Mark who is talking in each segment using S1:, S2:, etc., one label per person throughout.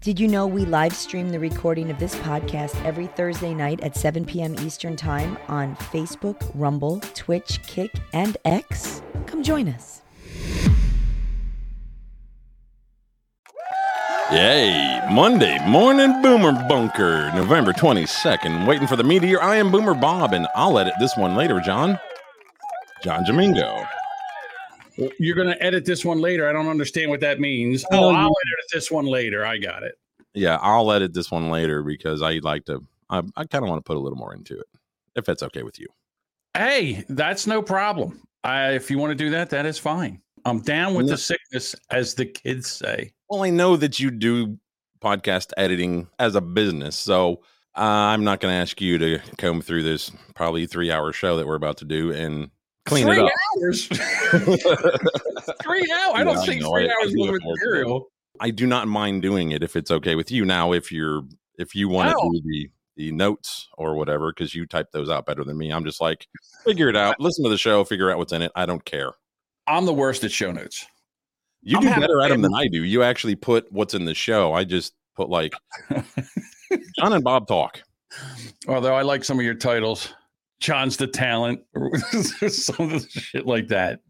S1: Did you know we live stream the recording of this podcast every Thursday night at 7 p.m. Eastern Time on Facebook, Rumble, Twitch, Kick, and X? Come join us.
S2: Yay! Monday morning Boomer Bunker, November 22nd. Waiting for the meteor. I am Boomer Bob, and I'll edit this one later, John. John Domingo.
S3: You're going to edit this one later. I don't understand what that means. Oh, I'll edit this one later. I got it.
S2: Yeah, I'll edit this one later because I like to, I, I kind of want to put a little more into it, if that's okay with you.
S3: Hey, that's no problem. I, if you want to do that, that is fine. I'm down with the sickness, as the kids say.
S2: Well, I know that you do podcast editing as a business, so uh, I'm not going to ask you to comb through this probably three hour show that we're about to do and clean
S3: three
S2: it up.
S3: hours. three hours. I don't
S2: Yeah, I
S3: think
S2: know.
S3: three
S2: I- I
S3: hours
S2: do
S3: worth of
S2: afford to.
S3: material.
S2: I do not mind doing it if it's okay with you. Now, if you're if you want to
S3: No.
S2: do the the notes or whatever, because you type those out better than me, I'm just like figure it out. Listen to the show, figure out what's in it. I don't care.
S3: I'm the worst at show notes.
S2: You
S3: I'm
S2: do
S3: happy
S2: better at them
S3: to-
S2: than I do. You actually put what's in the show. I just put like John and Bob talk.
S3: Although I like some of your titles, John's the talent, or some of the shit like that.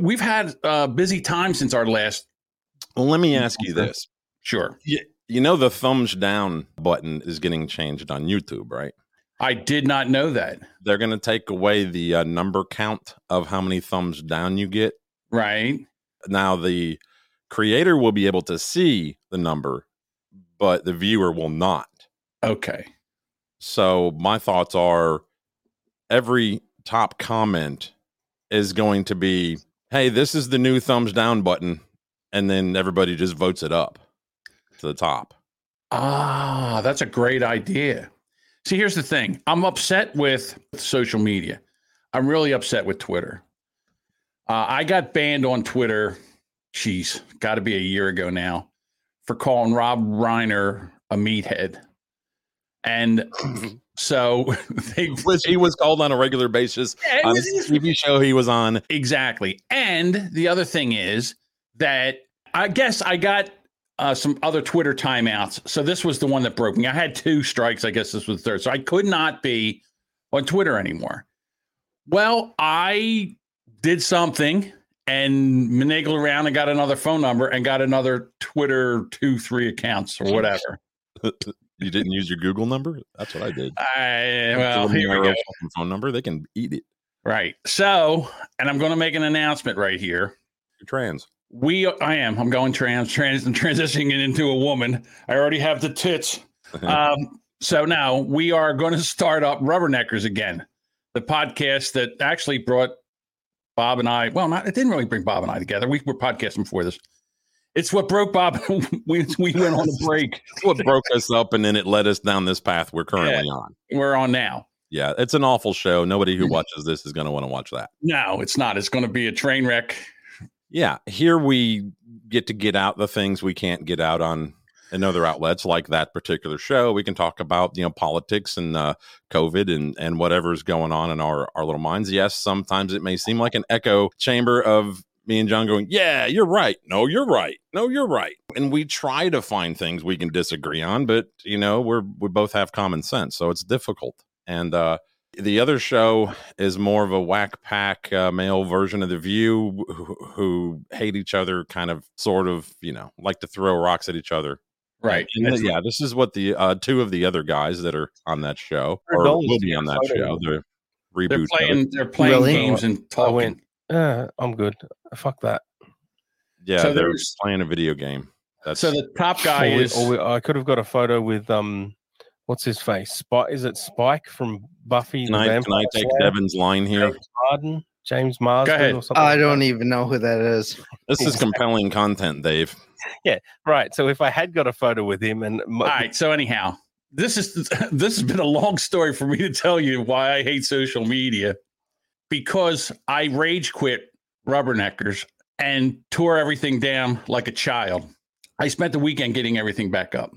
S3: We've had a busy time since our last.
S2: Well, let me ask you
S3: Okay.
S2: this.
S3: Sure,
S2: You know the thumbs down button is getting changed on YouTube, right?
S3: I did not know that.
S2: They're going to take away the uh, number count of how many thumbs down you get.
S3: Right?
S2: Now the creator will be able to see the number, but the viewer will not.
S3: Okay.
S2: So my thoughts are every top comment is going to be, "Hey, this is the new thumbs down button." And then everybody just votes it up to the top.
S3: Ah, that's a great idea. See, here's the thing I'm upset with social media. I'm really upset with Twitter. Uh, I got banned on Twitter, Jeez, got to be a year ago now, for calling Rob Reiner a meathead. And so they.
S2: Which he was called on a regular basis on his TV show he was on.
S3: Exactly. And the other thing is that I guess I got uh, some other Twitter timeouts. So this was the one that broke me. I had two strikes. I guess this was the third. So I could not be on Twitter anymore. Well, I did something and finagled around and got another phone number and got another Twitter two, three accounts or whatever.
S2: You didn't use your Google number? That's what I did.
S3: I, well,
S2: Give them
S3: here we
S2: their
S3: go.
S2: own phone number. They can eat it.
S3: Right. So, and I'm going to make an announcement right here.
S2: You're trans.
S3: We, I am. I'm going trans, trans, and transitioning it into a woman. I already have the tits. Um, so now we are going to start up Rubberneckers again, the podcast that actually brought Bob and I. Well, not it didn't really bring Bob and I together. We were podcasting before this. It's what broke Bob. we we went on a break.
S2: That's what broke us up and then it led us down this path we're currently on.
S3: We're on now.
S2: Yeah, it's an awful show. Nobody who watches this is going to want to watch that.
S3: No, it's not. It's going to be a train wreck.
S2: Yeah, here we get to get out the things we can't get out on in other outlets like that particular show. We can talk about, you know, politics and uh, COVID and and whatever's going on in our our little minds. Yes, sometimes it may seem like an echo chamber of me and John going, "Yeah, you're right. No, you're right. No, you're right." And we try to find things we can disagree on, but you know, we're we both have common sense, so it's difficult. And uh the other show is more of a whack pack uh, male version of the View, who, who hate each other, kind of, sort of, you know, like to throw rocks at each other.
S3: Right.
S2: And uh,
S3: That's-
S2: yeah, this is what the uh, two of the other guys that are on that show
S4: Our
S2: or
S4: goal is
S2: will
S4: to
S2: be
S4: get
S2: on
S4: a
S2: that
S4: photo
S2: show.
S4: with
S2: They're
S3: They're
S2: rebooting.
S3: playing. They're playing
S4: Really?
S3: games and
S4: I
S3: talking.
S4: went, uh, I'm good. Fuck that.
S2: Yeah,
S3: So
S2: they're
S3: there's-
S2: playing a video game. That's
S3: So the top guy
S4: Or we-
S3: is.
S4: or we- I could have got a photo with um, what's his face? Spike? Is it Spike from Buffy?
S2: can
S4: the
S2: I, can
S4: Vampire
S2: I take
S4: Slayer?
S2: Devin's line here?
S4: James Marden, James Marsden,
S3: ahead.
S4: or something.
S5: I
S4: like
S5: don't
S4: that.
S5: even know who that is.
S2: This is compelling content, Dave.
S6: e-,
S4: Right. So if I had got a photo with him, and my,
S3: All right. So anyhow, this is this has been a long story for me to tell you why I hate social media because I rage quit rubberneckers and tore everything down like a child. I spent the weekend getting everything back up,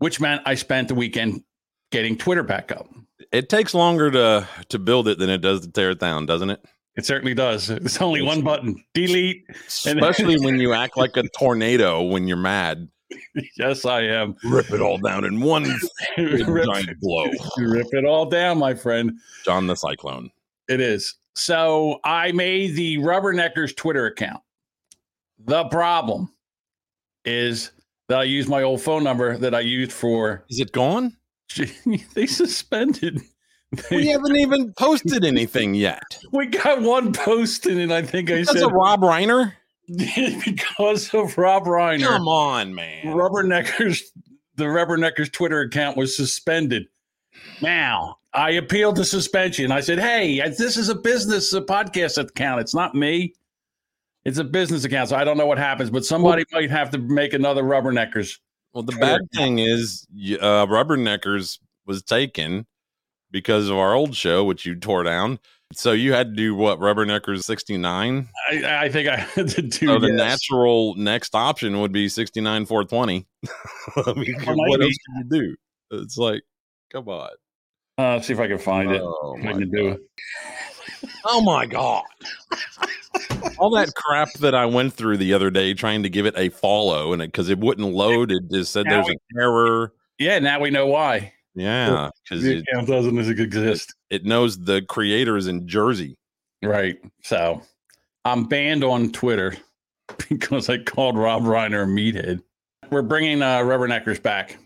S3: which meant I spent the weekend getting Twitter back up.
S2: It takes longer to to build it than it does to tear it down, doesn't it?
S3: It certainly does. It's only one button: delete. And-
S2: Especially when you act like a tornado when you're mad.
S3: yes, I am.
S2: Rip it all down in one big
S3: Rip-
S2: giant blow.
S3: rip it all down, my friend.
S2: John the Cyclone.
S3: It is. So I made the Rubberneckers Twitter account. The problem is that I used my old phone number that I used for.
S2: Is it gone?
S3: they suspended.
S2: We haven't even posted anything yet.
S3: We got one posted, and I think I
S2: That's
S3: said
S2: a Rob Reiner.
S3: because of Rob Reiner.
S2: Come on, man.
S3: Rubberneckers, the Rubberneckers Twitter account was suspended. Now I appealed the suspension. I said, "Hey, this is a business, a podcast account. It's not me. It's a business account. So I don't know what happens, but somebody might have to make another Rubberneckers.
S2: Well, the bad thing is, y- uh, Rubberneckers was taken because of our old show, which you tore down. So you had to do what Rubberneckers sixty nine.
S3: I, I think I had to do
S2: So Oh, the
S3: yes.
S2: natural next option would be sixty nine four twenty. I mean,
S3: Or
S2: what
S3: maybe-
S2: else can you do? It's like, come on.
S3: Uh, see if I can find it.
S2: Oh,
S3: I can do it.
S2: Oh my god! All that crap that I went through the other day trying to give it a follow, and it because it wouldn't load, it just said
S3: Now
S2: there's an error.
S3: Yeah, now we know why
S2: Yeah, because
S3: the
S2: it,
S3: account doesn't exist.
S2: it knows the creators in Jersey.
S3: Right. So I'm banned on Twitter because I called Rob Reiner a meathead. We're bringing uh, Rubberneckers back.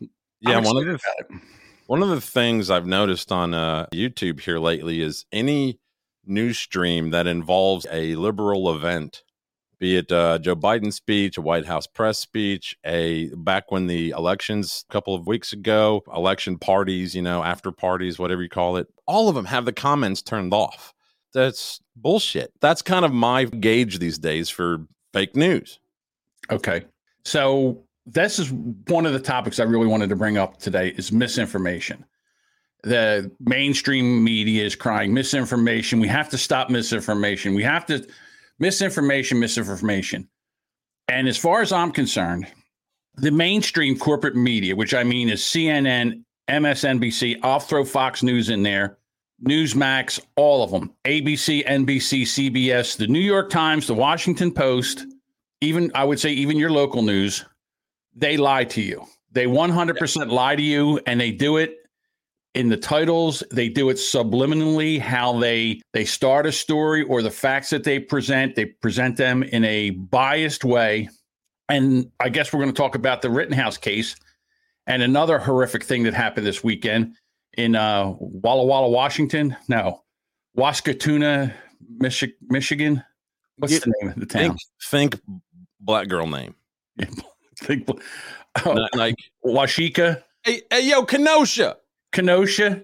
S2: Yeah,
S3: I'm
S2: one of the
S3: excited about it.
S2: one of the things I've noticed on uh, YouTube here lately is any news stream that involves a liberal event, be it uh, Joe Biden speech, a White House press speech, a back when the elections a couple of weeks ago, election parties, you know, after parties, whatever you call it, all of them have the comments turned off. That's bullshit. That's kind of my gauge these days for fake news.
S3: Okay. So this is one of the topics I really wanted to bring up today is misinformation. The mainstream media is crying misinformation. We have to stop misinformation. We have to misinformation, misinformation. And as far as I'm concerned, the mainstream corporate media, which I mean is CNN, MSNBC, I'll throw Fox News in there, Newsmax, all of them, ABC, NBC, CBS, the New York Times, the Washington Post, even I would say even your local news, they lie to you. They 100% lie to you and they do it in the titles, they do it subliminally how they they start a story or the facts that they present, they present them in a biased way. And I guess we're going to talk about the Rittenhouse case and another horrific thing that happened this weekend in uh, Walla Walla, Washington. No, Wascatuna, Michi- Michigan. What's
S2: You-
S3: the name of the town?
S2: Think, think black girl name.
S3: Think, oh,
S2: Not like,
S3: Washika,
S2: hey, hey, yo, Kenosha.
S3: Kenosha,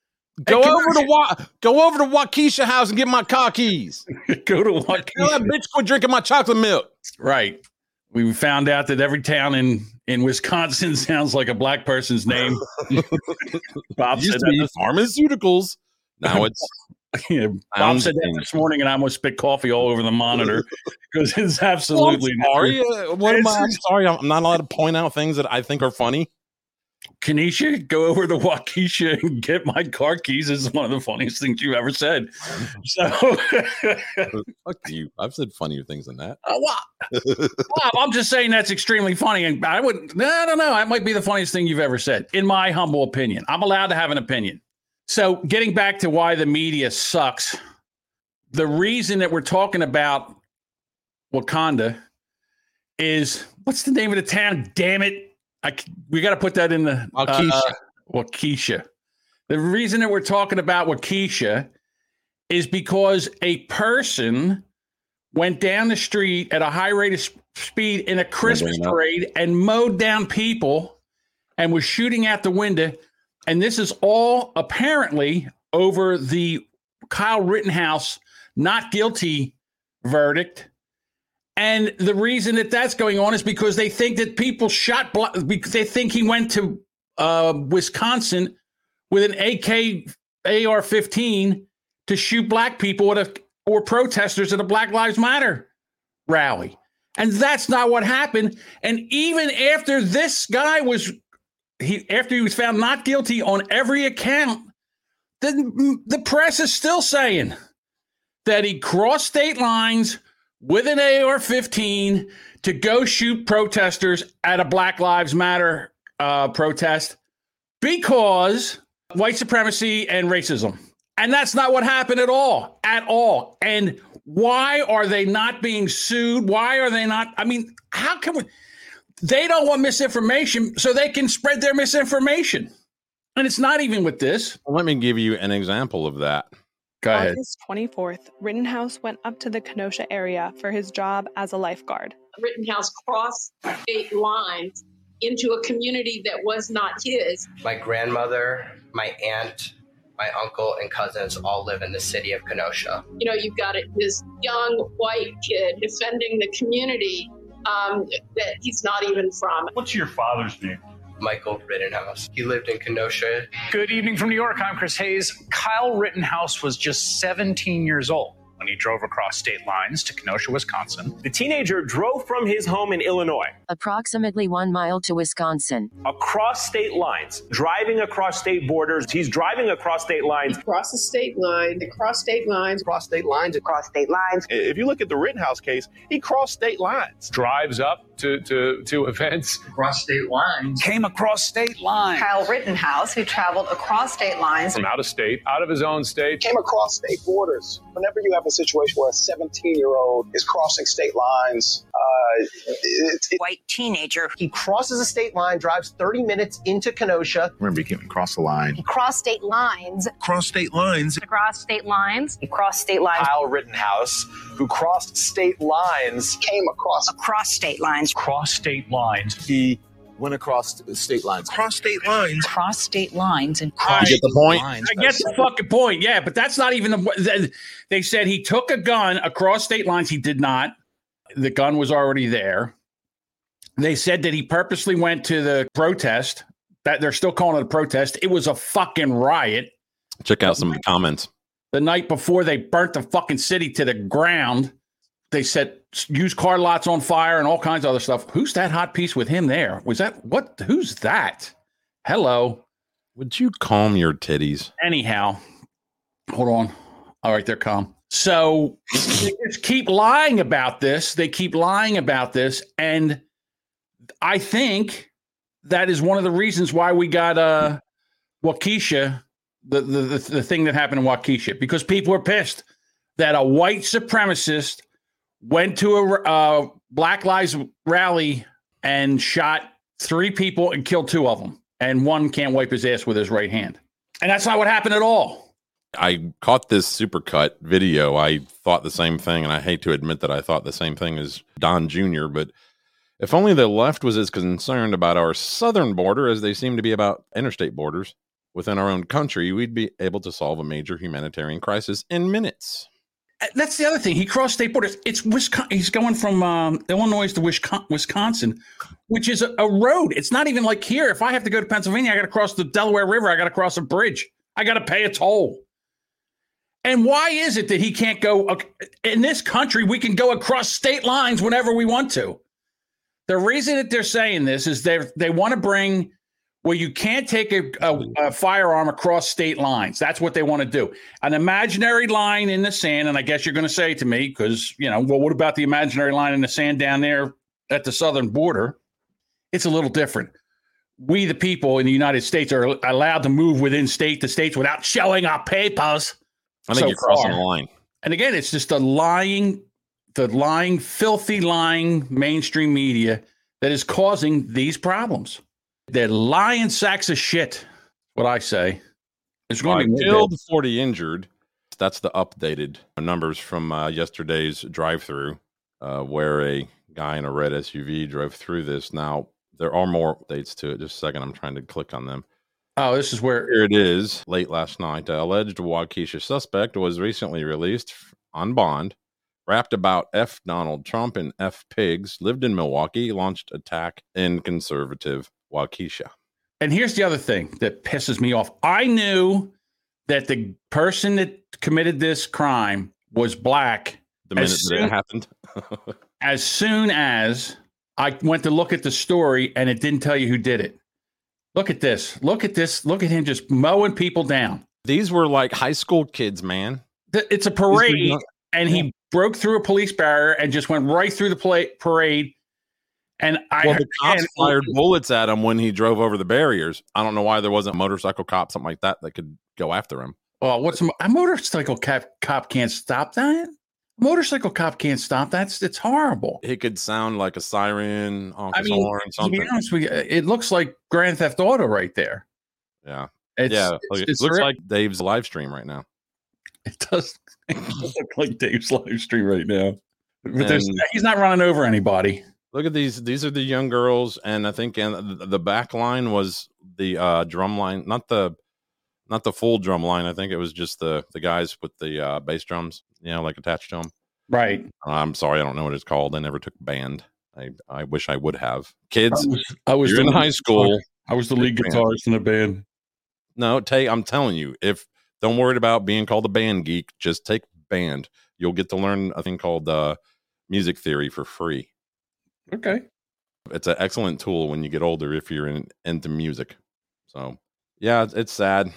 S2: Go
S3: Hey,
S2: over to
S3: Kenosha.
S2: Wa- go over to Waukesha House and get my car keys.
S3: go to Washika.
S2: Tell that bitch quit drinking my chocolate milk.
S3: Right. We found out that every town in in Wisconsin sounds like a black person's name. Bob said that. This,
S2: pharmaceuticals. Now it's
S3: yeah, Bob said that this morning, and I almost spit coffee all over the monitor because it's absolutely
S2: absolutely. sorry. Uh, What am I? I'm
S3: It's-
S2: sorry. I'm not allowed to point out things that I think are funny.
S3: Kenesha, go over to Waukesha and get my car keys. This is one of the funniest things you ever said. So
S2: Fuck you. I've said funnier things than that.
S3: Uh, well, Bob, I'm just saying that's extremely funny, and I would no, I don't know. That might be the funniest thing you've ever said, in my humble opinion. I'm allowed to have an opinion. So, getting back to why the media sucks, the reason that we're talking about Wakanda is what's the name of the town? Damn it! I c- we got to put that in the uh,
S2: Waukesha.
S3: Waukesha. The reason that we're talking about Waukesha is because a person went down the street at a high rate of sp- speed in a Christmas
S2: up.
S3: parade and mowed down people and was shooting out the window. And this is all apparently over the Kyle Rittenhouse not guilty verdict. And the reason that that's going on is because they think that people shot, bla- bec- they think he went to uh, Wisconsin with an AK AR 15 to shoot black people at a, or protesters at a Black Lives Matter rally. And that's not what happened. And even after this guy was, he after he was found not guilty on every account, the, the press is still saying that he crossed state lines with an AR 15 to go shoot protesters at a Black Lives Matter uh, protest because white supremacy and racism. And that's not what happened at all, at all. And why are they not being sued? Why are they not? I mean, how can we? They don't want misinformation, so they can spread their misinformation. And it's not even with this.
S2: Let me give you an example of that.
S3: Go ahead.
S5: August 24th, Rittenhouse went up to the Kenosha area for his job as a lifeguard.
S7: Rittenhouse crossed state lines into a community that was not his.
S6: My grandmother, my aunt, my uncle, and cousins all live in the city of Kenosha.
S7: You know, you've got this young white kid defending the community um, that he's not even from.
S8: What's your father's name?
S6: Michael Rittenhouse. He lived in Kenosha.
S9: Good evening from New York. I'm Chris Hayes. Kyle Rittenhouse was just 17 years old when he drove across state lines to Kenosha, Wisconsin.
S10: The teenager drove from his home in Illinois,
S11: approximately one mile to Wisconsin.
S10: across state lines, driving across state borders. He's driving across state lines.
S12: Across the state line, across state lines.
S6: Across state lines,
S13: Across state lines.
S14: If you look at the Rittenhouse case, he crossed state lines.
S15: Drives up to, to, to events.
S16: Across state lines.
S9: Came across state lines.
S17: Kyle Rittenhouse, who traveled across state lines.
S15: From out of state, out of his own state.
S14: came across state borders. Whenever you have a situation where a 17 year old is crossing state lines, uh, it, it,
S13: White teenager.
S6: He crosses a state line, drives 30 minutes into Kenosha.
S8: Remember, he came across the line.
S17: Across state lines.
S8: Cross state lines.
S17: Across state lines.
S13: Across state lines.
S14: Kyle Rittenhouse, who crossed state lines, came across.
S13: Across state lines.
S9: Cross state lines.
S14: He went across state lines. Cross state lines.
S13: Across state lines and
S2: You
S13: cross
S2: get the point?
S9: Lines.
S3: I get the fucking point. Yeah, but that's not even the. th- They said he took a gun across state lines. He did not. The gun was already there. They said that he purposely went to the protest. That they're still calling it a protest. It was a fucking riot.
S2: Check out some of the comments.
S3: The night before they burnt the fucking city to the ground, they set s- used car lots on fire and all kinds of other stuff. Who's that hot piece with him there? Was that what? Who's that? Hello.
S2: Would you calm your titties?
S3: Anyhow, hold on. All right, they're calm. So they just keep lying about this. They keep lying about this. And I think that is one of the reasons why we got uh Waukesha, the the, the, the thing that happened in Waukesha, because people were pissed that a white supremacist went to a uh, Black Lives rally and shot three people and killed two of them. And one can't wipe his ass with his right hand. And that's not what happened at all.
S2: I caught this supercut video. I thought the same thing, and I hate to admit that I thought the same thing as Don Jr., but if only the left was as concerned about our southern border as they seem to be about interstate borders within our own country, we'd be able to solve a major humanitarian crisis in minutes.
S3: Uh, That's the other thing. He crossed state borders. It's Wisconsin. He's going from um, Illinois to Wisco- Wisconsin, which is a, a road. It's not even like here. If I have to go to Pennsylvania, I got to cross the Delaware River. I got to cross a bridge. I got to pay a toll. And why is it that he can't go ac- in this country? We can go across state lines whenever we want to. The reason that they're saying this is they they want to bring well, you can't take a, a, a firearm across state lines. That's what they want to do. An imaginary line in the sand, and I guess you're going to say to me, because you know, well, what about the imaginary line in the sand down there at the southern border? It's a little different. We, the people in the United States, are allowed to move within state to states without showing our papers.
S2: I think
S3: So
S2: you're crossing
S3: far.
S2: the line.
S3: And again, it's just the lying, the lying, filthy lying mainstream media that is causing these problems. They're lying sacks of shit. What I say. It's going to
S2: Five
S3: be
S2: killed, 40 injured. That's the updated numbers from uh, yesterday's drive through, uh, where a guy in a red SUV drove through this. Now, there are more updates to it. Just a second. I'm trying to click on them.
S3: Oh, this is where
S2: Here it is. Late last night, the alleged Waukesha suspect was recently released f- on bond, rapped about F. Donald Trump and F. Pigs, lived in Milwaukee, launched attack in conservative Waukesha.
S3: And here's the other thing that pisses me off. I knew that the person that committed this crime was black
S2: The minute
S3: As
S2: that
S3: soon-
S2: it happened,
S3: as soon as I went to look at the story and it didn't tell you who did it. Look at this. Look at this. Look at him just mowing people down.
S2: these were like high school kids, man.
S3: Th- It's a
S2: These were
S3: parade
S2: young-
S3: and he broke through a police barrier and just went right through the pla parade And I
S2: well, the cops
S3: and-
S2: fired bullets at him when he drove over the barriers. I don't know why there wasn't a motorcycle cop, something like that, that could go after him.
S3: Well, oh, what's a mo- a motorcycle cop, cop can't stop that? Motorcycle cop can't stop that. It's, it's horrible.
S2: He could sound like a siren, honk
S3: I
S2: his
S3: mean,
S2: horn,
S3: to
S2: something.
S3: be honest with you, it looks like Grand Theft Auto right there.
S2: yeah,
S3: It's-
S2: yeah.
S3: it's-
S2: look- it
S3: it's
S2: looks
S3: real.
S2: like Dave's live stream right now.
S3: It does it does look like Dave's live stream right now. But there's,
S2: And-
S3: he's not running over anybody.
S2: Look at these. These are the young girls, and I think and the back line was the uh, drum line, not the not the full drum line. I think it was just the the guys with the uh, bass drums, you know, like attached to them.
S3: Right.
S2: I'm sorry, I don't know what it's called. I never took band. I, I wish I would have. Kids,
S3: I was, I was
S2: you're
S3: the
S2: in
S3: lead
S2: high school.
S3: guitar- I was the lead
S2: Band.
S3: guitarist in the band.
S2: No, Tay, I'm telling you, if don't worry about being called a band geek, just take band. You'll get to learn a thing called uh, music theory for free.
S3: Okay.
S2: It's an excellent tool when you get older if you're in, into music. So, yeah, it's, it's sad.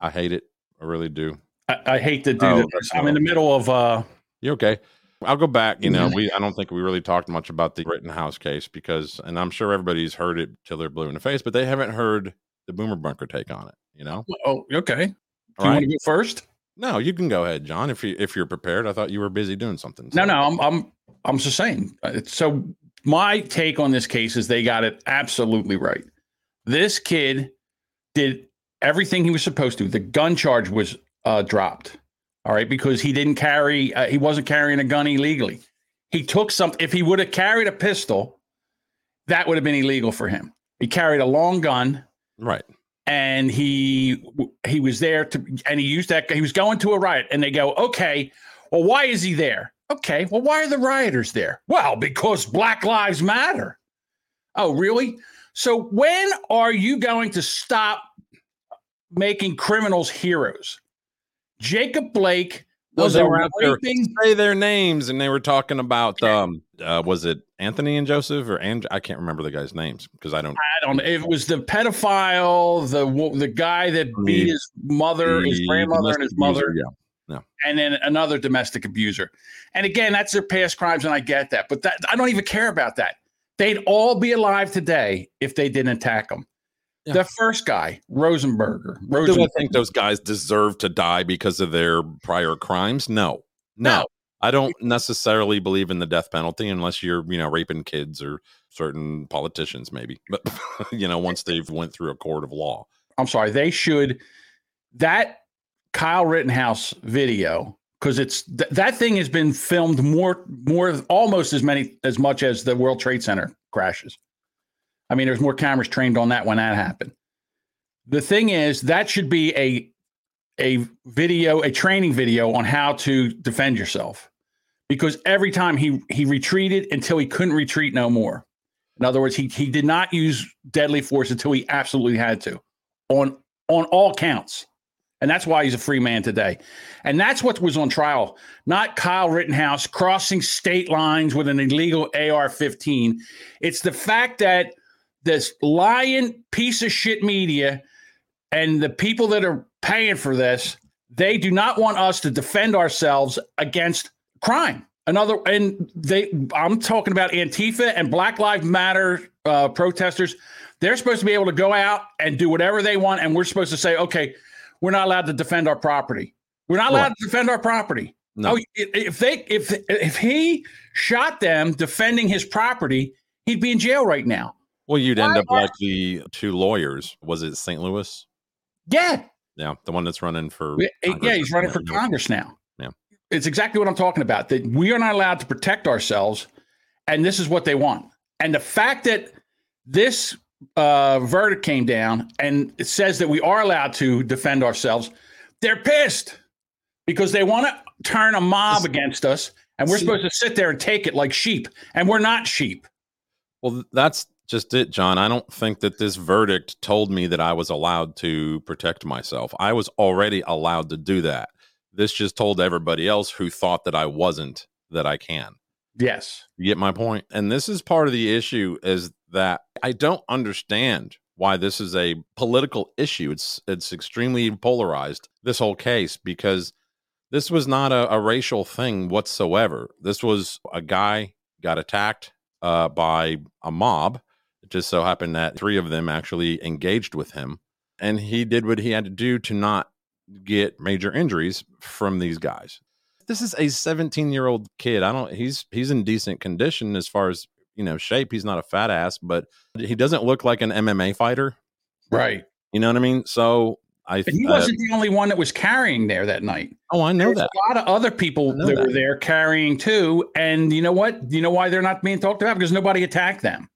S2: I hate it. I really do.
S3: I, I hate to do
S2: Oh,
S3: this.
S2: that's
S3: I'm in the middle of uh
S2: You're okay. I'll go back. You know, we I don't think we really talked much about the Rittenhouse case because, and I'm sure everybody's heard it till they're blue in the face, but they haven't heard the Boomer Bunker take on it. You know,
S3: oh okay. Do
S2: All
S3: you
S2: right.
S3: want to go first?
S2: No, you can go ahead, John. If you if you're prepared, I thought you were busy doing something.
S3: No, no, I'm I'm I'm just saying. Uh, So my take on this case is they got it absolutely right. This kid did everything he was supposed to. The gun charge was uh, dropped. All right, because he didn't carry. Uh, he wasn't carrying a gun illegally. He took something. If he would have carried a pistol, that would have been illegal for him. He carried a long gun
S2: Right.
S3: and he he was there to and he used that he was going to a riot and they go okay well why is he there okay well why are the rioters there well because black lives matter oh really so when are you going to stop making criminals heroes jacob blake was
S2: they
S3: a
S2: were out there.
S3: raping
S2: Say their names, and they were talking about um, uh, was it Anthony and Joseph or and I can't remember the guys' names because I don't.
S3: I don't. It was the pedophile, the wo- the guy that beat his mother, his
S2: The
S3: grandmother, and his
S2: domestic
S3: mother.
S2: abuser, yeah, yeah.
S3: And then another domestic abuser. And again, that's their past crimes, and I get that. But that I don't even care about that. They'd all be alive today if they didn't attack them. The first guy, Rosenberger.
S2: Do I
S3: Rosen,
S2: think those guys deserve to die because of their prior crimes? No. No. I don't necessarily believe in the death penalty unless you're, you know, raping kids or certain politicians maybe. But you know, once they've went through a court of law.
S3: I'm sorry. They should that Kyle Rittenhouse video because it's th- that thing has been filmed more more almost as many as much as the World Trade Center crashes. I mean, there's more cameras trained on that when that happened. The thing is, that should be a a video, a training video on how to defend yourself, because every time he he retreated until he couldn't retreat no more. In other words, he he did not use deadly force until he absolutely had to, on on all counts, and that's why he's a free man today. And that's what was on trial, not Kyle Rittenhouse crossing state lines with an illegal AR-15. It's the fact that this lying piece of shit media and the people that are paying for this, they do not want us to defend ourselves against crime. Another, and they, I'm talking about Antifa and Black Lives Matter uh, protesters. They're supposed to be able to go out and do whatever they want, and we're supposed to say, okay, we're not allowed to defend our property. We're not allowed to defend our property.
S2: No.
S3: Oh, i- if they, if if he shot them defending his property, he'd be in jail right now.
S2: Well, you'd end up like the two lawyers. Was it St. Louis?
S3: Yeah,
S2: Yeah, the one that's running for
S3: Yeah, yeah,
S2: Congress
S3: he's
S2: or
S3: running for
S2: something.
S3: Congress now.
S2: Yeah.
S3: It's exactly what I'm talking about that we are not allowed to protect ourselves. And this is what they want. And the fact that this uh, verdict came down and it says that we are allowed to defend ourselves, they're pissed because they want to turn a mob against us. And we're supposed to sit there and take it like sheep. And we're not sheep.
S2: Well, th- that's just it, John. I don't think that this verdict told me that I was allowed to protect myself. I was already allowed to do that. This just told everybody else who thought that I wasn't that I can.
S3: Yes.
S2: You get my point? And this is part of the issue is that I don't understand why this is a political issue. It's it's extremely polarized this whole case because this was not a, a racial thing whatsoever. This was a guy got attacked uh, by a mob. It just so happened that three of them actually engaged with him, and he did what he had to do to not get major injuries from these guys. This is a 17 year old kid. I don't. He's he's in decent condition as far as you know shape. He's not a fat ass, but he doesn't look like an MMA fighter,
S3: right?
S2: You know what I mean. So I
S3: But he
S2: uh,
S3: wasn't the only one that was carrying there that night.
S2: Oh, I know
S3: There's
S2: that.
S3: A lot of other people
S2: know
S3: that, were
S2: that.
S3: there carrying too. And you know what? You know why they're not being talked about? Because nobody attacked them,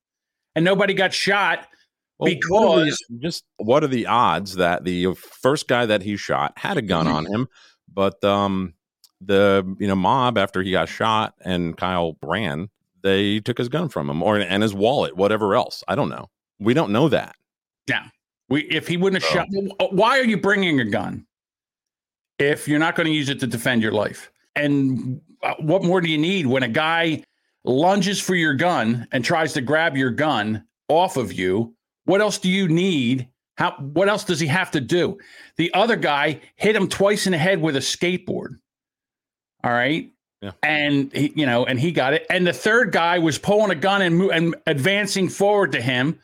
S3: and nobody got shot
S2: Well, what are the-
S3: because
S2: just what are the odds that the first guy that he shot had a gun
S3: Mm-hmm.
S2: on him, but um the you know mob after he got shot and Kyle ran, they took his gun from him or and his wallet, whatever else. I don't know. We don't know that.
S3: Yeah. We if he wouldn't have shot uh, why are you bringing a gun if you're not going to use it to defend your life? And uh, what more do you need when a guy lunges for your gun and tries to grab your gun off of you? What else do you need? How what else does he have to do? The other guy hit him twice in the head with a skateboard. All right. And he, you know, and he got it. And the third guy was pulling a gun and mo- and advancing forward to him.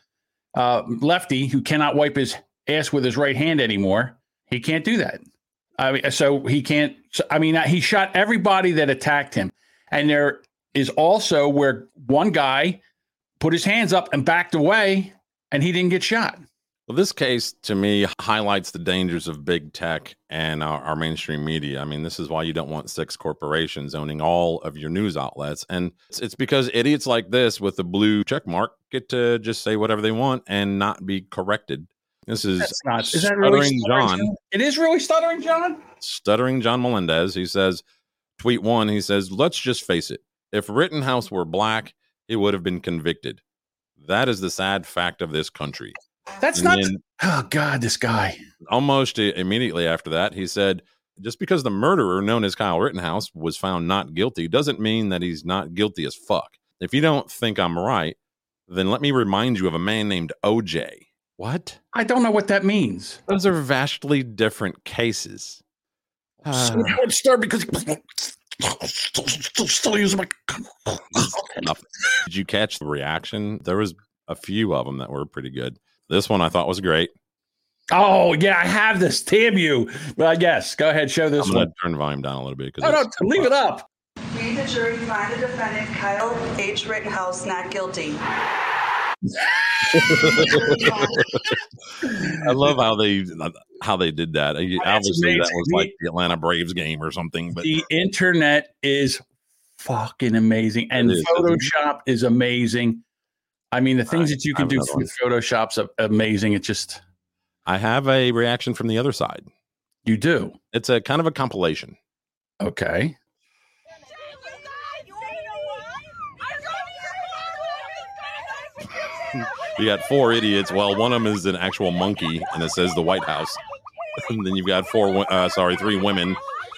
S3: Uh, lefty who cannot wipe his ass with his right hand anymore. He can't do that. I mean, so he can't. So, I mean, he shot everybody that attacked him. And there is also where one guy put his hands up and backed away, and he didn't get shot.
S2: Well, this case to me highlights the dangers of big tech and our, our mainstream media. I mean, this is why you don't want six corporations owning all of your news outlets. And it's, it's because idiots like this with the blue check mark get to just say whatever they want and not be corrected. This is
S3: That's not-
S2: Is that really stuttering John.
S3: It is really stuttering John.
S2: Stuttering John Melendez. He says, tweet one, he says, let's just face it. If Rittenhouse were black, he would have been convicted. That is the sad fact of this country.
S3: That's
S2: And
S3: not.
S2: then-
S3: oh God, this guy.
S2: almost i- immediately after that, he said, just because the murderer known as Kyle Rittenhouse was found not guilty doesn't mean that he's not guilty as fuck. If you don't think I'm right, then let me remind you of a man named OJ. What?
S3: I don't know what that means.
S2: Those are vastly different cases. Ah.
S3: So don't start because still, still using my.
S2: Nothing. Did you catch the reaction? There was a few of them that were pretty good. This one I thought was great.
S3: Oh yeah, I have this. Damn you. Well, yes. Go ahead, show
S2: I'm
S3: this one.
S2: going to turn the volume down a little bit. 'cause
S3: No, no,
S2: it's-
S3: leave it up.
S16: We, the jury, find the defendant Kyle H. Rittenhouse not guilty.
S2: I love how they how they did that. I- Obviously, that
S3: amazing.
S2: was like the Atlanta Braves game or something. But
S3: The internet is fucking amazing, and
S2: It is, isn't it?
S3: Photoshop is amazing. I mean, the things that you can
S2: have
S3: do
S2: another
S3: with Photoshop's a- amazing. It just
S2: I have a reaction from the other side.
S3: You do.
S2: It's a kind of a compilation.
S3: Okay.
S2: You got four idiots. Well, one of them is an actual monkey, and it says the White House. and then you've got four, wo- uh, sorry, three women,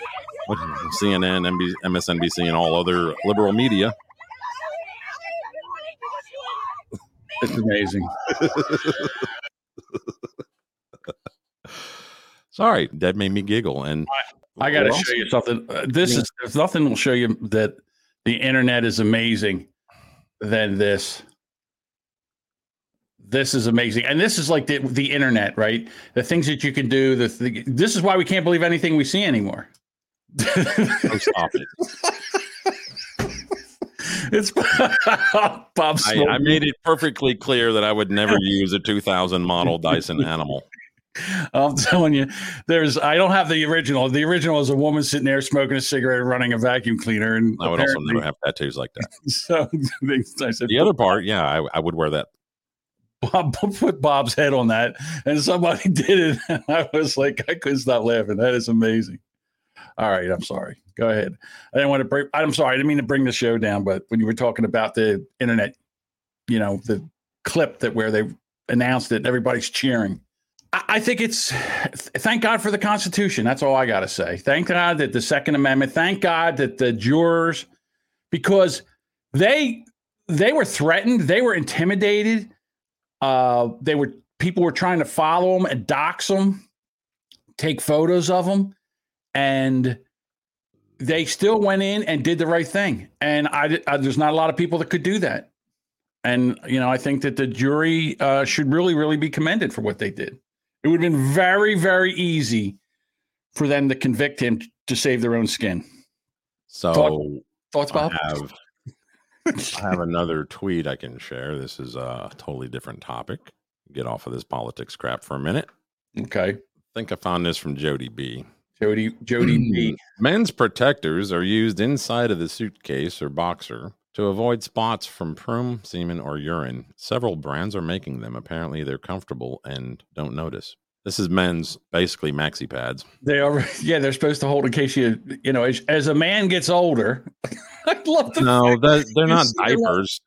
S2: CNN, MB, MSNBC, and all other liberal media.
S3: It's amazing.
S2: sorry, that made me giggle. And
S3: I got to
S2: Well,
S3: show you something. Uh, this is there's nothing will show you that the internet is amazing than this. This is amazing, and this is like the, the internet, right? The things that you can do. The, th- this is why we can't believe anything we see anymore.
S2: stop it.
S3: It's Bob.
S2: I,
S3: Smoltz.
S2: I made it perfectly clear that I would never use a 2000 model Dyson animal.
S3: I'm telling you, there's. I don't have the original. The original is a woman sitting there smoking a cigarette, and running a vacuum cleaner, and
S2: I would also
S3: apparently-
S2: never have tattoos like that.
S3: So they, I said,
S2: The other part, yeah, I, I would wear that.
S3: Bob put Bob's head on that, and somebody did it. And I was like, I couldn't stop laughing. That is amazing. All right, I'm sorry. Go ahead. I didn't want to break. I'm sorry. I didn't mean to bring the show down, but when you were talking about the internet, you know, the clip that where they announced it, everybody's cheering. I, I think it's thank God for the Constitution. That's all I got to say. Thank God that the Second Amendment. Thank God that the jurors, because they they were threatened, they were intimidated. Uh, they were people were trying to follow them and dox them, take photos of them, and they still went in and did the right thing. And I, I there's not a lot of people that could do that. And, you know, I think that the jury uh, should really, really be commended for what they did. It would have been very, very easy for them to convict him to save their own skin.
S2: So
S3: Thought- thoughts, Bob?
S2: I have, I have another tweet I can share. This is a totally different topic. Get off of this politics crap for a minute.
S3: Okay. I
S2: think I found this from Jody B.
S3: Jody Jody B.
S2: Men's protectors are used inside of the suitcase or boxer to avoid spots from prum, semen, or urine. Several brands are making them. Apparently, they're comfortable and don't notice. This is men's basically maxi pads.
S3: They are, yeah, they're supposed to hold in case you, you know, as, as a man gets older. I love the
S2: No,
S3: fact
S2: that,
S3: that
S2: they're
S3: you
S2: not
S3: see a lot-
S2: diapers.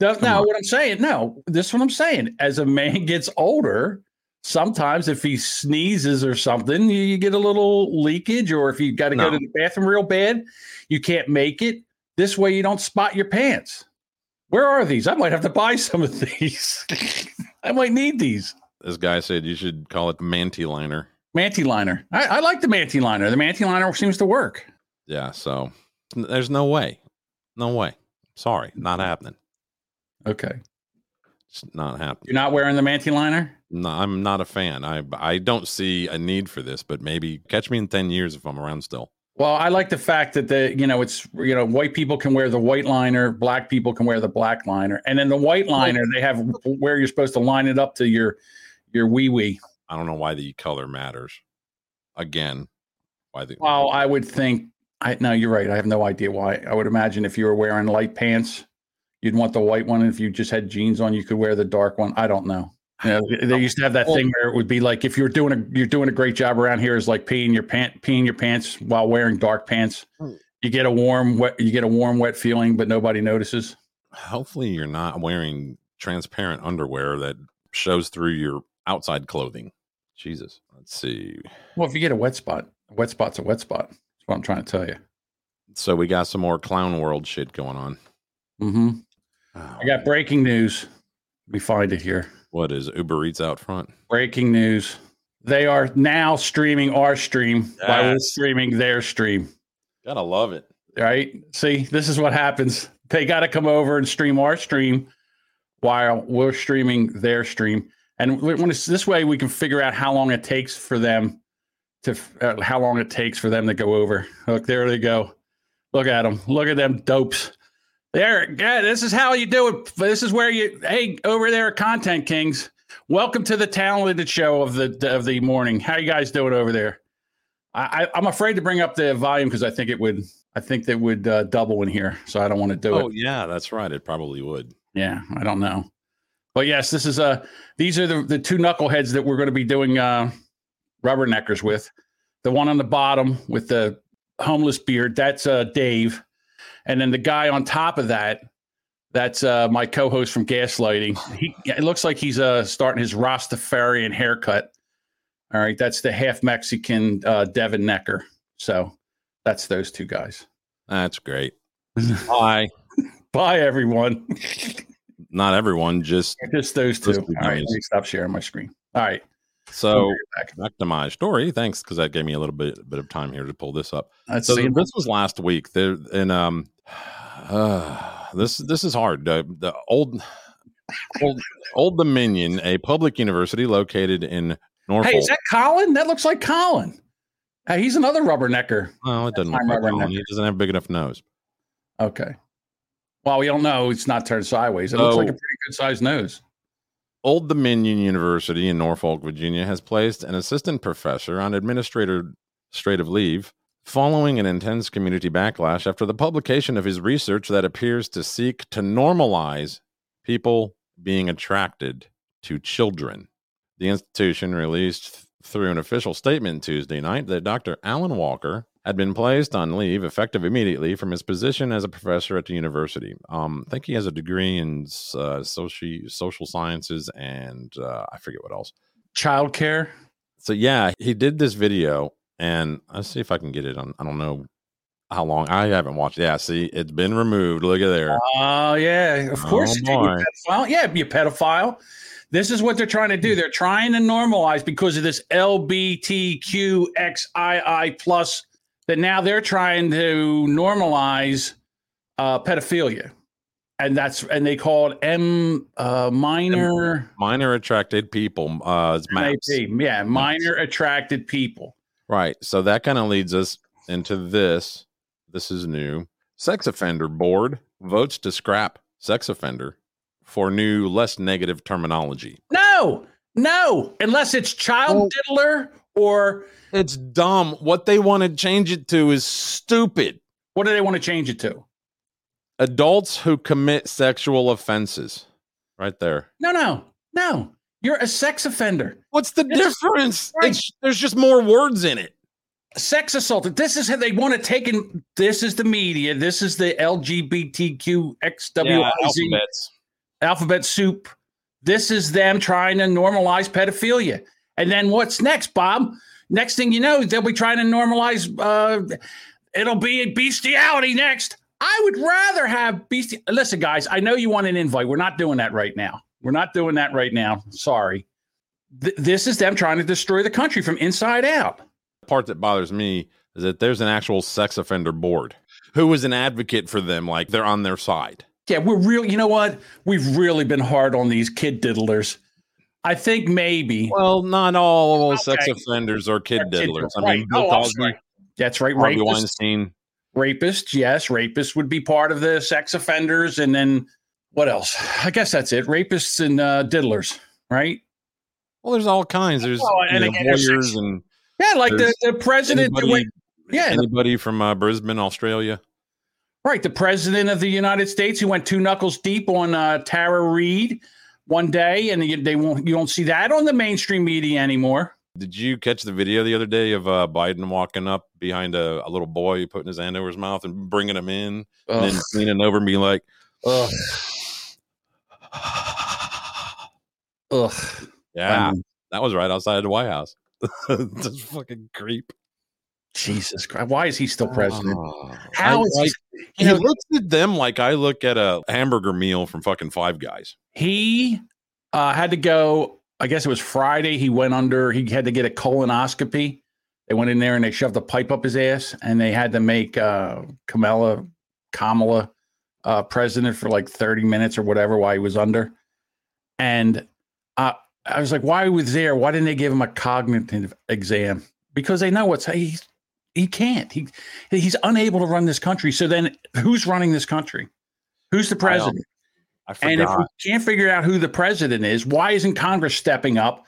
S3: No, no, what I'm saying, no, this is what I'm saying. As a man gets older, sometimes if he sneezes or something, you, you get a little leakage, or if you got to
S2: No.
S3: go to the bathroom real bad, you can't make it. This way, you don't spot your pants. Where are these? I might have to buy some of these. I might need these.
S2: This guy said you should call it manty liner.
S3: Manty liner. I, I like the manty liner. The manty liner seems to work.
S2: Yeah, so n- there's no way. No way. Sorry, not happening.
S3: Okay.
S2: It's not happening.
S3: You're not wearing the manty liner?
S2: No, I'm not a fan. I I don't see a need for this, but maybe catch me in 10 years if I'm around still.
S3: Well, I like the fact that the you know it's you know white people can wear the white liner, black people can wear the black liner, and then the white liner they have where you're supposed to line it up to your your wee wee.
S2: I don't know why the color matters. Again, why the
S3: Well, I would think I no, you're right. I have no idea why. I would imagine if you were wearing light pants, you'd want the white one, and if you just had jeans on, you could wear the dark one. I don't know. You know, they used to have that thing where it would be like if you're doing a you're doing a great job around here is like peeing your pant peeing your pants while wearing dark pants. You get a warm wet you get a warm wet feeling, but nobody notices.
S2: hopefully you're not wearing transparent underwear that shows through your outside clothing. Jesus. Let's see.
S3: Well, if you get a wet spot, a wet spot's a wet spot. That's what I'm trying to tell you.
S2: So we got some more clown world shit going on.
S3: Mm-hmm. I got breaking news. We find it here.
S2: What is Uber Eats out front?
S3: Breaking news. They are now streaming our stream by
S2: Yes.
S3: streaming their stream.
S2: Gotta love it.
S3: Right? See, this is what happens. They got to come over and stream our stream while we're streaming their stream. And we- when it's this way, we can figure out how long it takes for them to, f- uh, how long it takes for them to go over. Look, there they go. Look at them. Look at them dopes. There, yeah, this is how you do it. This is where you, hey, over there, at Content Kings. Welcome to the talented show of the of the morning. How you guys doing over there? I, I I'm afraid to bring up the volume because I think it would, I think that would uh, double in here, so I don't want to do
S2: Oh
S3: it.
S2: yeah, that's right. It probably would.
S3: Yeah, I don't know. But yes, this is uh these are the, the two knuckleheads that we're going to be doing uh rubberneckers with. The one on the bottom with the homeless beard, that's uh Dave. And then the guy on top of that, that's uh my co-host from Gaslighting. He yeah, it looks like he's uh starting his Rastafarian haircut. All right, that's the half Mexican uh Devin Necker. So that's those two guys.
S2: That's great. Bye.
S3: Bye everyone.
S2: Not everyone, just
S3: Just those two.
S2: Just the
S3: All right,
S2: guys.
S3: let me stop sharing my screen. All right.
S2: So
S3: Okay,
S2: back. to my story. Thanks, because that gave me a little bit bit of time here to pull this up.
S3: Let's
S2: so
S3: see.
S2: this was last week. There and um, uh, this this is hard. The, the old old old Dominion, a public university located in Norfolk.
S3: Hey, is that Colin? That looks like Colin. Hey, he's another rubbernecker.
S2: no, it doesn't.
S3: That's
S2: Look
S3: my
S2: like
S3: rubberneck.
S2: Colin. He doesn't have a big enough nose.
S3: Okay. Well, we don't know. It's not turned sideways. It looks
S2: So-
S3: like a pretty good sized nose.
S2: Old Dominion University in Norfolk, Virginia, has placed an assistant professor on administrator straight of leave following an intense community backlash after the publication of his research that appears to seek to normalize people being attracted to children. The institution released th- through an official statement Tuesday night that Dr. Alan Walker had been placed on leave effective immediately from his position as a professor at the university. Um, I think he has a degree in uh, soci- social sciences and uh, I forget what else.
S3: Childcare.
S2: So yeah, he did this video, and let's see if I can get it on. I don't know how long. I haven't watched. Yeah, see, it's been removed. Look at there.
S3: Oh, yeah. Of
S2: Oh,
S3: course. you did, you
S2: boy.
S3: pedophile. Yeah, you pedophile. This is what they're trying to do. They're trying to normalize because of this LBTQXII plus that now they're trying to normalize uh, pedophilia. and that's and they called M uh, minor
S2: Minor attracted people. Uh, it's maps.
S3: MAP, yeah, minor attracted people.
S2: Right. So that kind of leads us into this. This is new. Sex offender board votes to scrap sex offender for new, less negative terminology.
S3: No, no, unless it's child diddler or
S2: it's dumb. What they want to change it to is stupid.
S3: What do they want to change it to?
S2: Adults who commit sexual offenses. Right there.
S3: No, no, no. You're a sex offender.
S2: What's the difference? It's, there's just more words in it.
S3: Sex assault. This is how they want to take in. This is the media. This is the LGBTQ XW
S2: alphabets.
S3: alphabet soup. This is them trying to normalize pedophilia. And then what's next, Bob? Next thing you know, they'll be trying to normalize. Uh, it'll be bestiality next. I would rather have beastie. Listen, guys, I know you want an invite. We're not doing that right now. We're not doing that right now. Sorry. Th- this is them trying to destroy the country from inside out.
S2: The part that bothers me is that there's an actual sex offender board who is an advocate for them, like they're on their side.
S3: Yeah, we're real. You know what? We've really been hard on these kid diddlers. I think maybe.
S2: Well, not all sex
S3: Okay.
S2: offenders are kid diddlers. I
S3: Right.
S2: mean,
S3: Oh,
S2: Bill
S3: I'm
S2: Cosby,
S3: sorry. That's right.
S2: Harvey
S3: Rapists.
S2: Weinstein.
S3: Rapists, yes. Rapists would be part of the sex offenders. And then what else? I guess that's it. Rapists and uh, diddlers, right?
S2: Well, there's all kinds. There's
S3: Oh,
S2: you
S3: and
S2: know,
S3: again, there's-
S2: lawyers and
S3: Yeah, like the,
S2: there's
S3: the president. that
S2: anybody-
S3: went- yeah, the-
S2: anybody from uh, Brisbane, Australia.
S3: Right, the president of the United States who went two knuckles deep on uh, Tara Reid one day, and you, they won't you don't see that on the mainstream media anymore.
S2: Did you catch the video the other day of uh, Biden walking up behind a, a little boy, putting his hand over his mouth and bringing him in, and then
S3: Ugh.
S2: leaning over and being like,
S3: Ugh. Ugh.
S2: "Yeah,
S3: Wow.
S2: that was right outside the White House." Just fucking creep.
S3: Jesus Christ! Why is he still president?
S2: I
S3: How is
S2: like-
S3: he-
S2: he
S3: you know,
S2: looks at them like I look at a hamburger meal from fucking Five Guys.
S3: he uh, had to go? I guess it was Friday. He went under. He had to get a colonoscopy. They went in there and they shoved a pipe up his ass, and they had to make uh, Kamala Kamala uh, president for like thirty minutes or whatever while he was under. And uh, I was like, why was there? Why didn't they give him a cognitive exam? Because they know what's he he can't. He he's unable to run this country. So then, who's running this country? Who's the president?
S2: I
S3: And if we
S2: forgot.
S3: can't figure out who the president is, why isn't Congress stepping up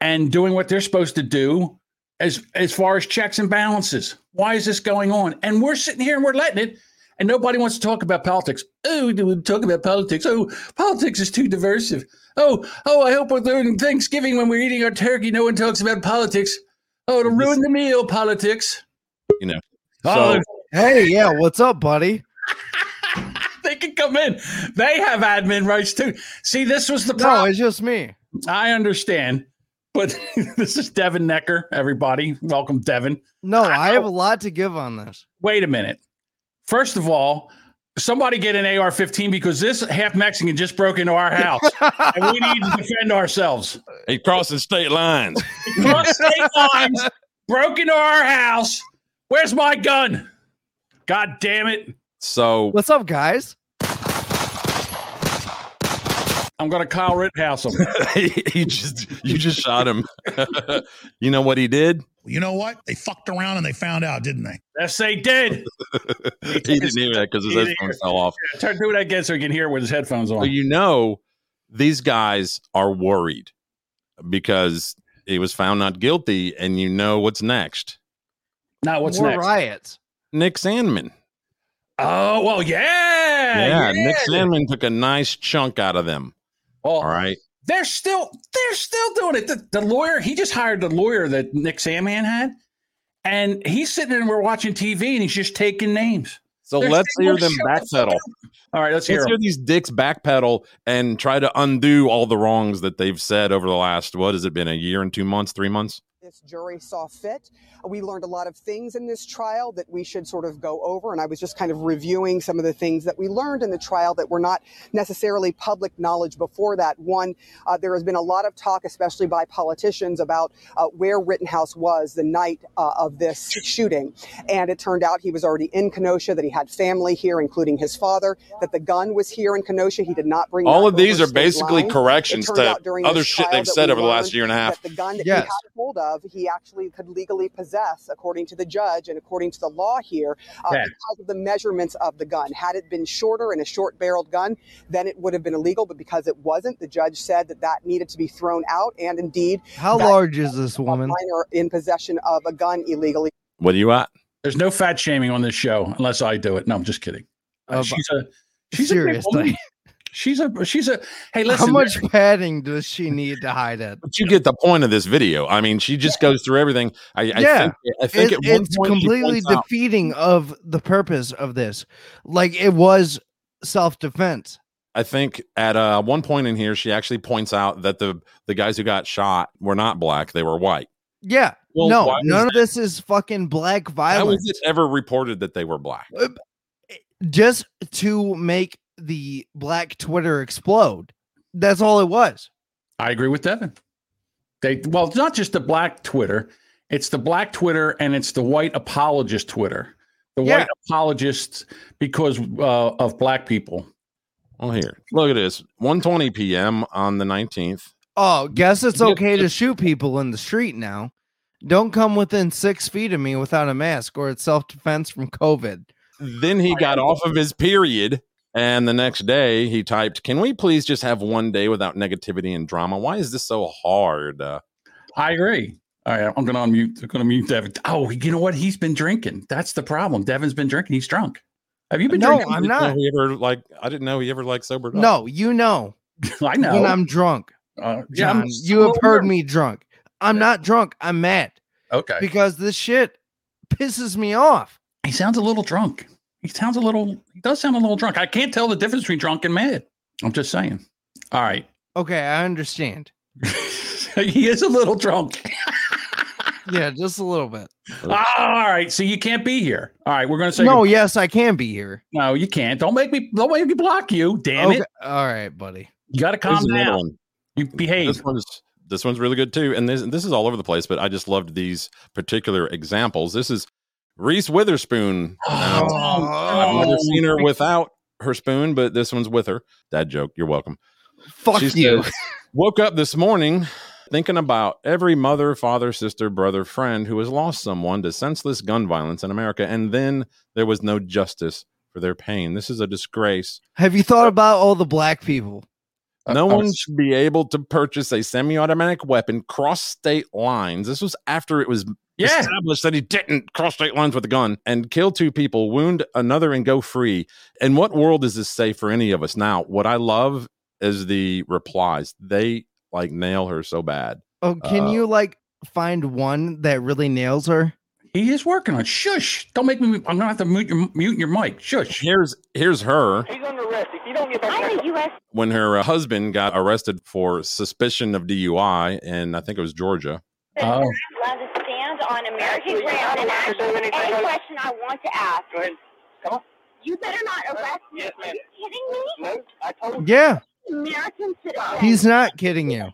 S3: and doing what they're supposed to do as as far as checks and balances? Why is this going on? And we're sitting here and we're letting it, and nobody wants to talk about politics. Oh, do we talk about politics? Oh, politics is too diversive. Oh, oh, I hope we're doing Thanksgiving when we're eating our turkey. No one talks about politics. Oh, it'll ruin the meal, politics.
S2: You know,
S3: Oh,
S18: hey, yeah, what's up, buddy?
S3: they can come in. They have admin rights too. See, this was the problem.
S18: it's just me.
S3: I understand, but this is Devin Necker. Everybody, welcome, Devin.
S18: No, I have a lot to give on this.
S3: Wait a minute. First of all, somebody get an AR-15 because this half Mexican just broke into our house, and we need to defend ourselves.
S2: He's crossing state lines.
S3: Cross state lines, broke into our house. Where's my gun? God damn it!
S2: So
S18: What's up, guys?
S3: I'm gonna Kyle Rittenhouse him.
S2: you just you just shot him. you know what he did?
S19: You know what? They fucked around and they found out, didn't they?
S3: Yes, they did.
S2: he didn't hear that because his
S3: He didn't
S2: headphones fell off.
S3: Turn do it again so he can hear it with his headphones
S2: So
S3: on.
S2: you know these guys are worried because he was found not guilty, and you know what's next.
S3: Now what's
S18: More
S3: next?
S18: riots.
S2: Nick Sandman.
S3: Oh well, yeah,
S2: Yeah, Nick
S3: yeah.
S2: Sandman took a nice chunk out of them.
S3: Well,
S2: All right.
S3: They're still they're still doing it. The, the lawyer he just hired the lawyer that Nick Sandman had, and he's sitting there and we're watching TV and he's just taking names.
S2: So
S3: They're
S2: let's
S3: saying,
S2: hear
S3: "Well,
S2: them
S3: shut the fuck
S2: backpedal.
S3: up." All right, let's hear
S2: Let's hear
S3: them.
S2: these dicks backpedal and try to undo all the wrongs that they've said over the last what has it been a year and two months, three months?
S20: this jury saw fit. We learned a lot of things in this trial that we should sort of go over, and I was just kind of reviewing some of the things that we learned in the trial that were not necessarily public knowledge before that. One, uh, there has been a lot of talk, especially by politicians, about uh, where Rittenhouse was the night uh, of this shooting. And it turned out he was already in Kenosha, that he had family here, including his father, that the gun was here in Kenosha. He did not bring
S2: All
S20: that
S2: of these
S20: over
S2: are
S20: state
S2: basically
S20: lines.
S2: corrections
S20: It turned
S2: to
S20: out during
S2: other
S20: this
S2: shit
S20: trial
S2: they've
S20: that
S2: said
S20: we
S2: over the last
S20: learned
S2: year and a half.
S20: That the gun that he
S2: Yes.
S20: had hold of, he actually could legally possess, according to the judge and according to the law here, uh,
S3: Yeah.
S20: because of the measurements of the gun. Had it been shorter and a short barreled gun, then it would have been illegal. But because it wasn't, the judge said that that needed to be thrown out. And indeed,
S18: How
S20: that
S18: large is this woman?
S20: minor in possession of a gun illegally.
S2: What do you at?
S3: There's no fat shaming on this show unless I do it. No, I'm just kidding. Uh,
S18: Oh,
S3: she's
S18: but-
S3: a she's
S18: Seriously.
S3: a big woman. She's a she's a hey listen.
S18: How much padding does she need to hide it?
S2: But you get the point of this video. I mean, she just goes through everything. I, I
S18: yeah,
S2: think I think
S18: It-
S2: at one
S18: it's
S2: point she
S18: completely
S2: points out-
S18: defeating of the purpose of this. Like it was self defense.
S2: I think at uh, one point in here, she actually points out that the the guys who got shot were not black; they were white.
S18: Yeah,
S2: Well,
S18: no,
S2: why was
S18: none of this is fucking black
S2: How
S18: violence.
S2: was it ever reported that they were black?
S18: Just to make the black Twitter explode. That's all it was.
S3: I agree with Devin. They well, it's not just the black Twitter. It's the black Twitter and it's the white apologist Twitter. The
S18: Yeah.
S3: white apologists because uh, of black people.
S2: Well, Oh, here, look at this: 1:20 p.m. on the 19th.
S18: Oh, guess it's okay to shoot people in the street now. Don't come within six feet of me without a mask, or it's self defense from COVID.
S2: Then he got off of his period, and the next day he typed, "Can we please just have one day without negativity and drama? Why is this so hard?" Uh,
S3: I agree. All right, I'm gonna unmute. I'm gonna mute Devin. Oh, you know what? He's been drinking. That's the problem. Devin's been drinking. He's drunk. Have you been
S18: No,
S3: drinking?
S18: I'm not.
S2: He ever like? I didn't know he ever like sobered up.
S18: No, you know.
S3: I know.
S18: When I'm drunk.
S3: Uh, yeah, I'm
S18: John, you have
S3: sober.
S18: heard me drunk. I'm not drunk. I'm mad
S3: Okay.
S18: because this shit pisses me off.
S3: He sounds a little drunk. He sounds a little. He does sound a little drunk. I can't tell the difference between drunk and mad. I'm just saying. All right.
S18: Okay, I understand.
S3: he is a little drunk.
S18: Yeah, just a little bit.
S3: All right. So you can't be here. All right. We're going to say
S18: No, yes, I can be here.
S3: No, you can't. Don't make me. Don't make me block you. Damn
S18: Okay,
S3: it.
S18: All right, buddy.
S3: You got to
S2: Here's
S3: calm
S2: another
S3: down.
S2: one.
S3: You behave.
S2: This one's this one's really good too, and this this is all over the place. But I just loved these particular examples. This is Reese Witherspoon.
S3: Oh,
S2: Now, I've
S18: Oh,
S2: never seen her without her spoon, but this one's with her. Dad joke. You're welcome.
S18: Fuck you.
S2: says, Woke up this morning thinking about every mother, father, sister, brother, friend who has lost someone to senseless gun violence in America, and then there was no justice for their pain. This is a disgrace.
S18: Have you thought about all the black people?
S2: No
S18: I
S2: one
S18: was-
S2: should be able to purchase a semi-automatic weapon cross state lines. This was after it was
S3: Yeah.
S2: established that he didn't cross state lines with a gun and kill two people, wound another, and go free. In what world is this safe for any of us? Now, what I love is the replies. They like nail her so bad.
S18: Oh, can
S2: Uh,
S18: you like find one that really nails her?
S3: He is working on. Shush. Don't make me. I'm going to have to mute your, mute your mic. Shush.
S2: Here's here's her
S21: I'm a U.S.
S2: when her uh, husband got arrested for suspicion of DUI, and I think it was Georgia.
S18: Oh.
S3: Uh,
S21: citizen. I'm allowed to stand on American ground and ask you any question I want to ask. Go ahead. Come on. You better not arrest me. Are you kidding me? I told
S18: Yeah,
S21: American citizen.
S18: he's not kidding you.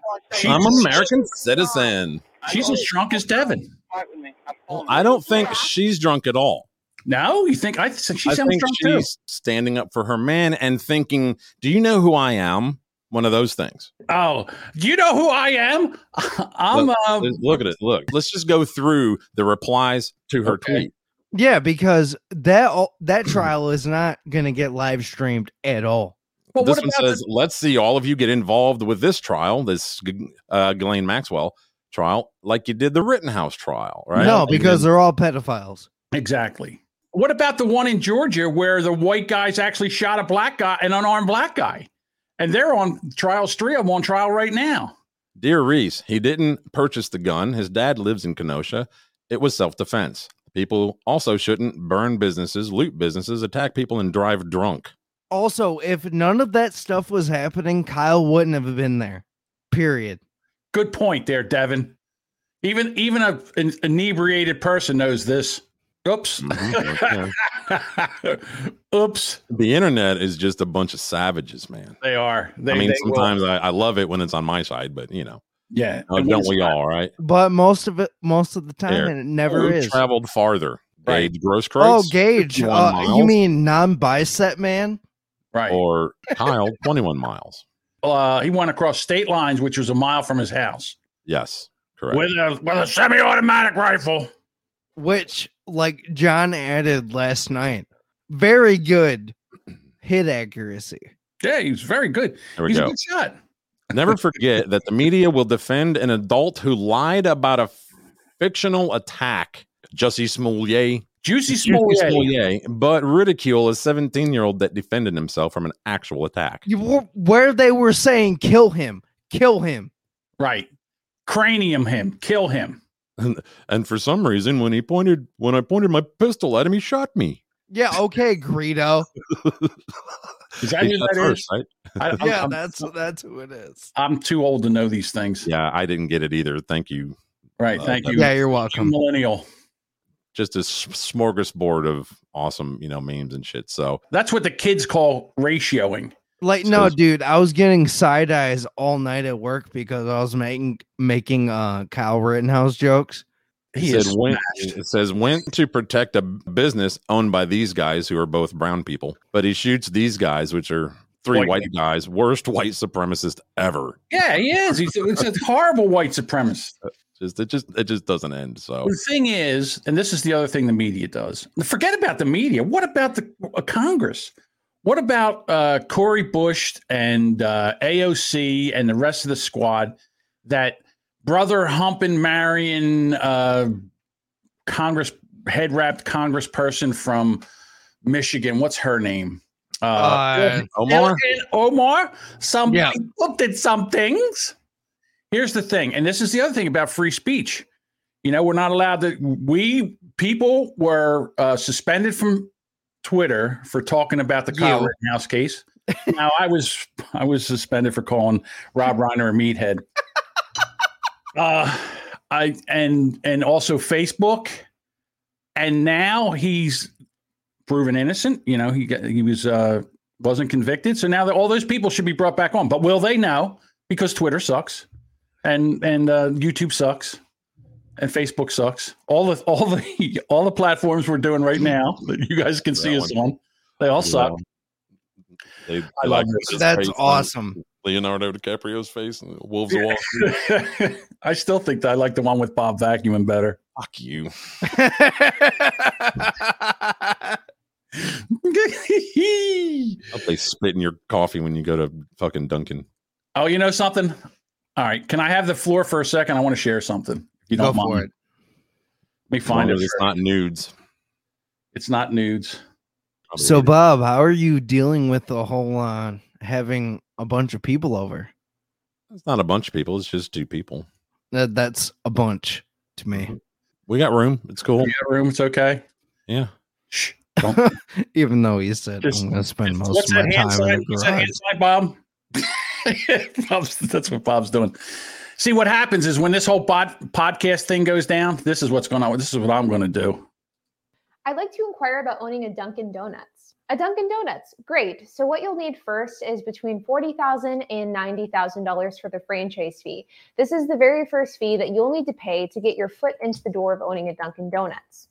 S2: I'm an
S3: Oh
S2: American citizen.
S3: She's as drunk as Devin.
S2: Oh, I don't think she's drunk at all.
S3: No, you think I think she
S2: I
S3: sounds
S2: think
S3: drunk too.
S2: she's standing up for her man and thinking, "Do you know who I am?" One of those things.
S3: Oh, you know who I am? I'm
S2: look,
S3: uh,
S2: look at it. Look, let's just go through the replies to her tweet.
S18: Yeah, because that all, that trial is not gonna get live streamed at all.
S2: this one says, "Let's see all of you get involved with this trial, this uh, Ghislaine Maxwell trial, like you did the Rittenhouse trial, right?"
S18: No,
S2: And
S18: because they're all pedophiles.
S3: exactly. What about the one in Georgia where the white guys actually shot a black guy, an unarmed black guy, and they're on trial three of them on trial right now?
S2: Dear Reese, he didn't purchase the gun. His dad lives in Kenosha. It was self defense. People also shouldn't burn businesses, loot businesses, attack people, and drive drunk.
S18: Also, if none of that stuff was happening, Kyle wouldn't have been there. Period.
S3: Good point there, Devin. Even even a an inebriated person knows this. Oops. Oops.
S2: The internet is just a bunch of savages, man.
S3: They are. They,
S2: I mean,
S3: they will.
S2: sometimes I, I love it when it's on my side, but you know,
S3: yeah,
S2: uh, don't we all? Right?
S18: But most of it, most of the time,
S2: There.
S18: and it never
S2: Who
S18: is.
S2: traveled farther.
S18: Right.
S2: Gage Grosskreutz,
S18: Oh, Gage,
S2: 51
S18: uh, you
S2: miles,
S18: mean non-bicep man?
S3: Right.
S2: Or Kyle, twenty-one miles.
S3: Uh, he went across state lines, which was a mile from his house,
S2: Yes, correct.
S3: with a with a semi-automatic rifle.
S18: Which, like John added last night, very good hit accuracy.
S3: Yeah, he was very good.
S2: There we
S3: He's
S2: go.
S3: a good shot.
S2: Never forget that the media will defend an adult who lied about a fictional attack. Jussie Smollett.
S3: Juicy
S2: Juicy
S3: Smollett.
S2: Smollett, but ridicule a 17 year old that defended himself from an actual attack.
S18: You were, where they were saying kill him, kill him.
S3: Right. Cranium him. Kill him.
S2: And, and for some reason, when he pointed, when I pointed my pistol at him, he shot me.
S18: Yeah, okay, Greedo.
S3: Is that
S2: He
S3: who
S2: shot
S3: that
S2: first,
S3: is?
S2: right?
S3: I, I'm,
S18: yeah,
S3: I'm-
S18: that's that's who it is.
S3: I'm too old to know these things.
S2: Yeah, I didn't get it either. Thank you.
S3: Right.
S2: Uh,
S3: Thank
S2: that-
S3: you.
S18: Yeah, you're welcome.
S3: Millennial.
S2: Just a s- smorgasbord of awesome, you know, memes and shit. So
S3: That's what the kids call ratioing.
S18: Like no, dude, I was getting side eyes all night at work because I was making making uh Kyle Rittenhouse jokes.
S2: It said went, it says went to protect a business owned by these guys who are both brown people, but he shoots these guys, which are three
S3: White
S2: white, guys, worst white supremacist ever.
S3: Yeah, he is. He's it's a horrible white supremacist.
S2: Just it just it just doesn't end. So
S3: The thing is, and this is the other thing the media does. Forget about the media. What about the uh, Congress? What about uh, Cory Bush and uh, AOC and the rest of the squad? That brother humping, marrying uh, Congress head wrapped Congressperson from Michigan. What's her name? Uh,
S18: Uh, Omar?
S3: Ilhan Omar. Somebody looked at some things. Here's the thing, and this is the other thing about free speech. You know, we're not allowed to. We people were uh, suspended from Twitter for talking about the Kyle
S18: You.
S3: Rittenhouse case. now I was I was suspended for calling Rob Reiner a meathead. Uh, I and and also Facebook, and now he's proven innocent. You know, he got, he was uh, wasn't convicted, so now that all those people should be brought back on. But will they know? Because Twitter sucks, and and uh, YouTube sucks, and Facebook sucks. All the all the all the platforms we're doing right now that you guys can see us on, they all suck.
S2: they, they
S3: I
S2: like
S3: love this.
S2: his
S3: That's
S2: face and
S18: awesome.
S2: Leonardo DiCaprio's face, and Wolves of Wall Street.
S3: I still think that I like the one with Bob vacuuming better.
S2: Fuck you. Hope they spit in your coffee when you go to fucking Dunkin'.
S3: Oh, you know something? All right. Can I have the floor for a second? I want to share something. If you
S18: Go
S3: don't
S18: for
S3: mind.
S18: it.
S3: Let me find it.
S2: As long as It's not nudes.
S3: It's not nudes.
S18: So Bob, how are you dealing with the whole uh having a bunch of people over?
S2: It's not a bunch of people. It's just two people.
S18: That that's a bunch to me.
S3: Mm-hmm.
S2: We got room. It's cool.
S3: You got room. It's okay.
S2: Yeah.
S18: Even though he said
S3: Just-
S18: I'm gonna spend most
S3: What's
S18: of my
S3: that hand
S18: time
S3: sign?
S18: in the
S3: What's that
S18: garage.
S3: hand sign, Bob? Bob's, that's what Bob's doing. See, what happens is when this whole pod, podcast thing goes down, this is what's going on. This is what I'm going to do.
S1: I'd like to inquire about owning a Dunkin' Donuts. A Dunkin' Donuts, great. So what you'll need first is between $40,000 and $90,000 for the franchise fee. This is the very first fee that you'll need to pay to get your foot into the door of owning a Dunkin' Donuts.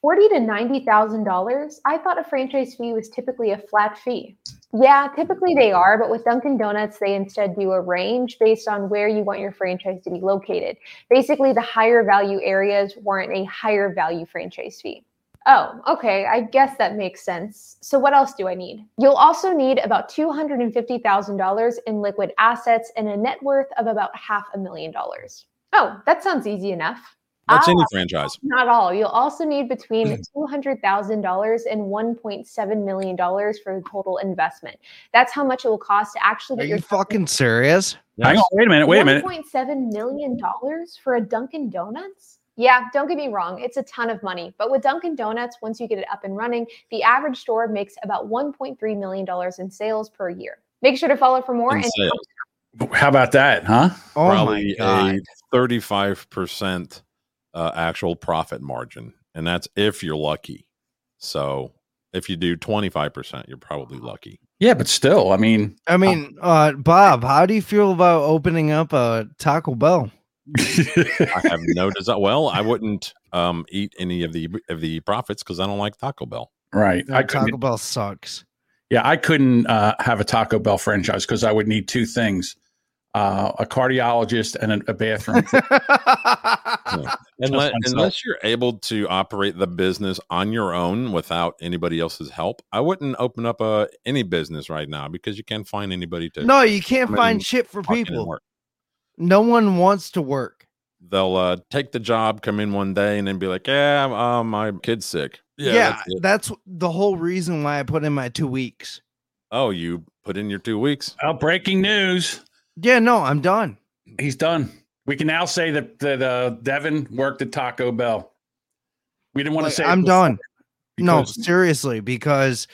S1: Forty to ninety thousand dollars. I thought a franchise fee was typically a flat fee. Yeah, typically they are, but with Dunkin' Donuts, they instead do a range based on where you want your franchise to be located. Basically, the higher value areas warrant a higher value franchise fee. Oh, okay. I guess that makes sense. So, what else do I need? You'll also need about $250,000 in liquid assets and a net worth of about half a million dollars. Oh, that sounds easy enough.
S2: That's
S1: Ah,
S2: any franchise.
S1: not all. You'll also need
S18: Hmm.
S1: between $200,000 and $1.7 million for the total investment. That's how much it will cost to
S18: Are
S1: actually get
S18: you
S1: your
S18: fucking serious?
S3: Hang on. Wait a minute. Wait a minute.
S1: $1.7 million for a Dunkin' Donuts? Yeah, don't get me wrong, it's a ton of money. But with Dunkin' Donuts, once you get it up and running, the average store makes about $1.3 million in sales per year. Make sure to follow for more
S2: In
S1: and
S2: sales.
S3: How about that, huh?
S18: Oh
S2: probably a 35% uh, actual profit margin. And that's if you're lucky. So if you do 25%, you're probably lucky.
S3: Yeah, but still, I mean,
S18: I mean, uh, Bob, how do you feel about opening up a Taco Bell?
S2: I have no desire. Well, I wouldn't um, eat any of the of the profits because I don't like Taco Bell.
S3: Right.
S18: No,
S3: I couldn't-
S18: Taco Bell sucks.
S3: Yeah, I couldn't uh, have a Taco Bell franchise because I would need two things: uh, a cardiologist and a, a bathroom. Just
S2: Unless,
S3: myself.
S2: unless you're able to operate the business on your own without anybody else's help, I wouldn't open up uh, any business right now because you can't find anybody to.
S18: No, you can't
S2: come in
S18: find
S2: and
S18: shit for
S2: walk in and
S18: people.
S2: work.
S18: No one wants to work.
S2: They'll uh, take the job, come in one day, and then be like, "Yeah, uh, my kid's sick."
S18: Yeah,
S2: that's it.
S18: that's, the whole reason why I put in my two weeks.
S2: oh, you put in your two weeks.
S3: oh, breaking news!
S18: Yeah, no, I'm done.
S3: He's done. We can now say that that uh, Devin worked at Taco Bell. We didn't want
S18: Like,
S3: to say it
S18: I'm
S3: before.
S18: done. No,
S3: because-
S18: seriously, because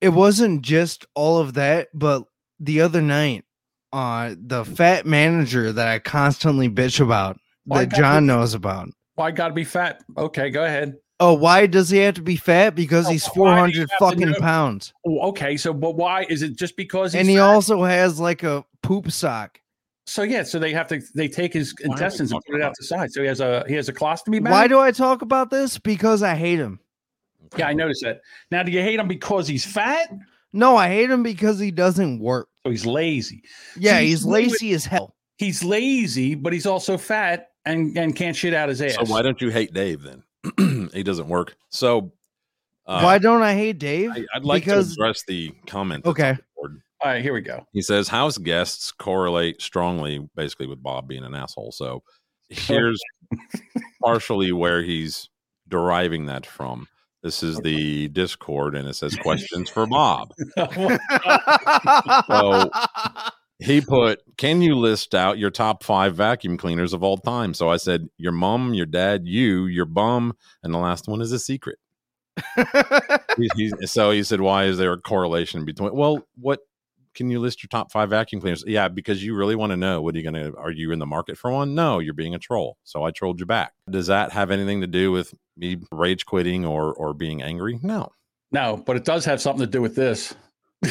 S18: it wasn't just all of that, but the other night, uh, the fat manager that I constantly bitch about,
S3: Why
S18: that
S3: got
S18: John
S3: this-
S18: knows about.
S3: Why got to be fat? Okay, go ahead.
S18: Oh, why does he have to be fat? Because he's four
S3: Oh, why do you
S18: hundred
S3: have to
S18: fucking
S3: know?
S18: pounds,
S3: Oh, okay, so but why is it just because? He's
S18: and he
S3: fat?
S18: also has like a poop sock.
S3: so yeah, so they have to they take his
S2: are we
S3: intestines and
S2: talking
S3: put it out the side. So he has a he has a colostomy bag.
S18: Why do I talk about this? Because I hate him.
S3: yeah, I noticed that. Now, do you hate him because he's fat?
S18: No, I hate him because he doesn't work.
S3: So he's lazy.
S18: Yeah,
S3: See,
S18: he's
S3: you would-
S18: lazy as hell.
S3: He's lazy, but he's also fat and and can't shit out his ass.
S2: So why don't you hate Dave then? he doesn't work. So uh,
S18: Why don't I hate Dave?
S2: I, would like
S18: because
S2: to address the comment. that's on
S18: okay,
S2: the board.
S3: All right, here we go.
S2: He says house guests correlate strongly, basically, with Bob being an asshole. So here's partially where he's deriving that from. This is the Discord, and it says questions for Bob. So he put, Can you list out your top five vacuum cleaners of all time? So I said, Your mom, your dad, you, your bum, and the last one is a secret. He- he- so he said, Why is there a correlation between? Well, what can you list your top five vacuum cleaners? Yeah, because you really want to know what are you going to, are you in the market for one? No, you're being a troll. So I trolled you back. Does that have anything to do with me rage quitting or, or being angry? No.
S3: No, but it does have something to do with this.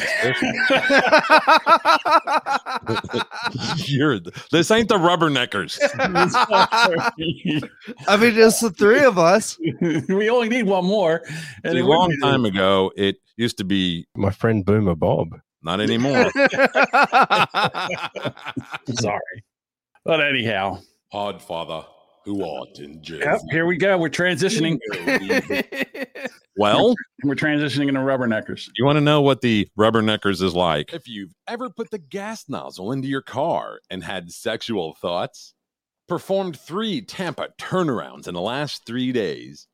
S2: You're, this ain't the rubberneckers.
S18: I mean, it's the three of us.
S3: we only need one more.
S2: See,
S3: it
S2: a
S3: would
S2: long
S3: be the-
S2: time ago, it used to be
S4: My friend Boomer Bob.
S2: not anymore.
S3: Sorry. But anyhow,
S2: Podfather, who ought in
S3: yep, here we go. We're transitioning.
S2: Well,
S3: We're transitioning into rubberneckers.
S2: you want to know what the rubberneckers is like? If you've ever put the gas nozzle into your car and had sexual thoughts, performed three Tampa turnarounds in the last three days,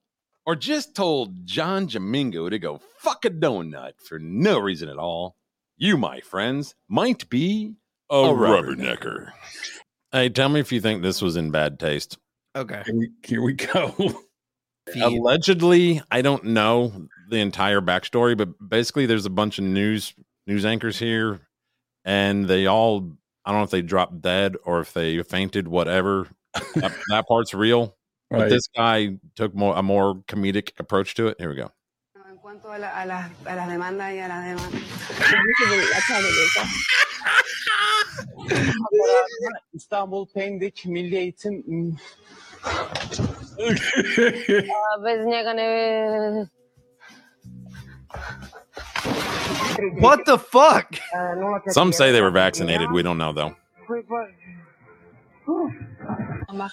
S2: or just told John Jamingo to go fuck a donut for no reason at all, you, my friends, might be a,
S3: rubbernecker.
S2: rubbernecker. Hey, tell me if you think this was in bad taste.
S18: Okay.
S3: Here we, here we go.
S2: allegedly i don't know the entire backstory but basically there's a bunch of news news anchors here and they all i don't know if they dropped dead or if they fainted whatever that, that part's real but
S3: Right.
S2: this guy took more a more comedic approach to it here we go
S22: En cuanto a, la- a las- a las demandas y a las demandas.
S23: kararına İstanbul Pendek Milli Eğitim
S22: Uh, Biz ne gonna-
S18: What the fuck?
S2: some say they were vaccinated we don't know though
S23: Mach.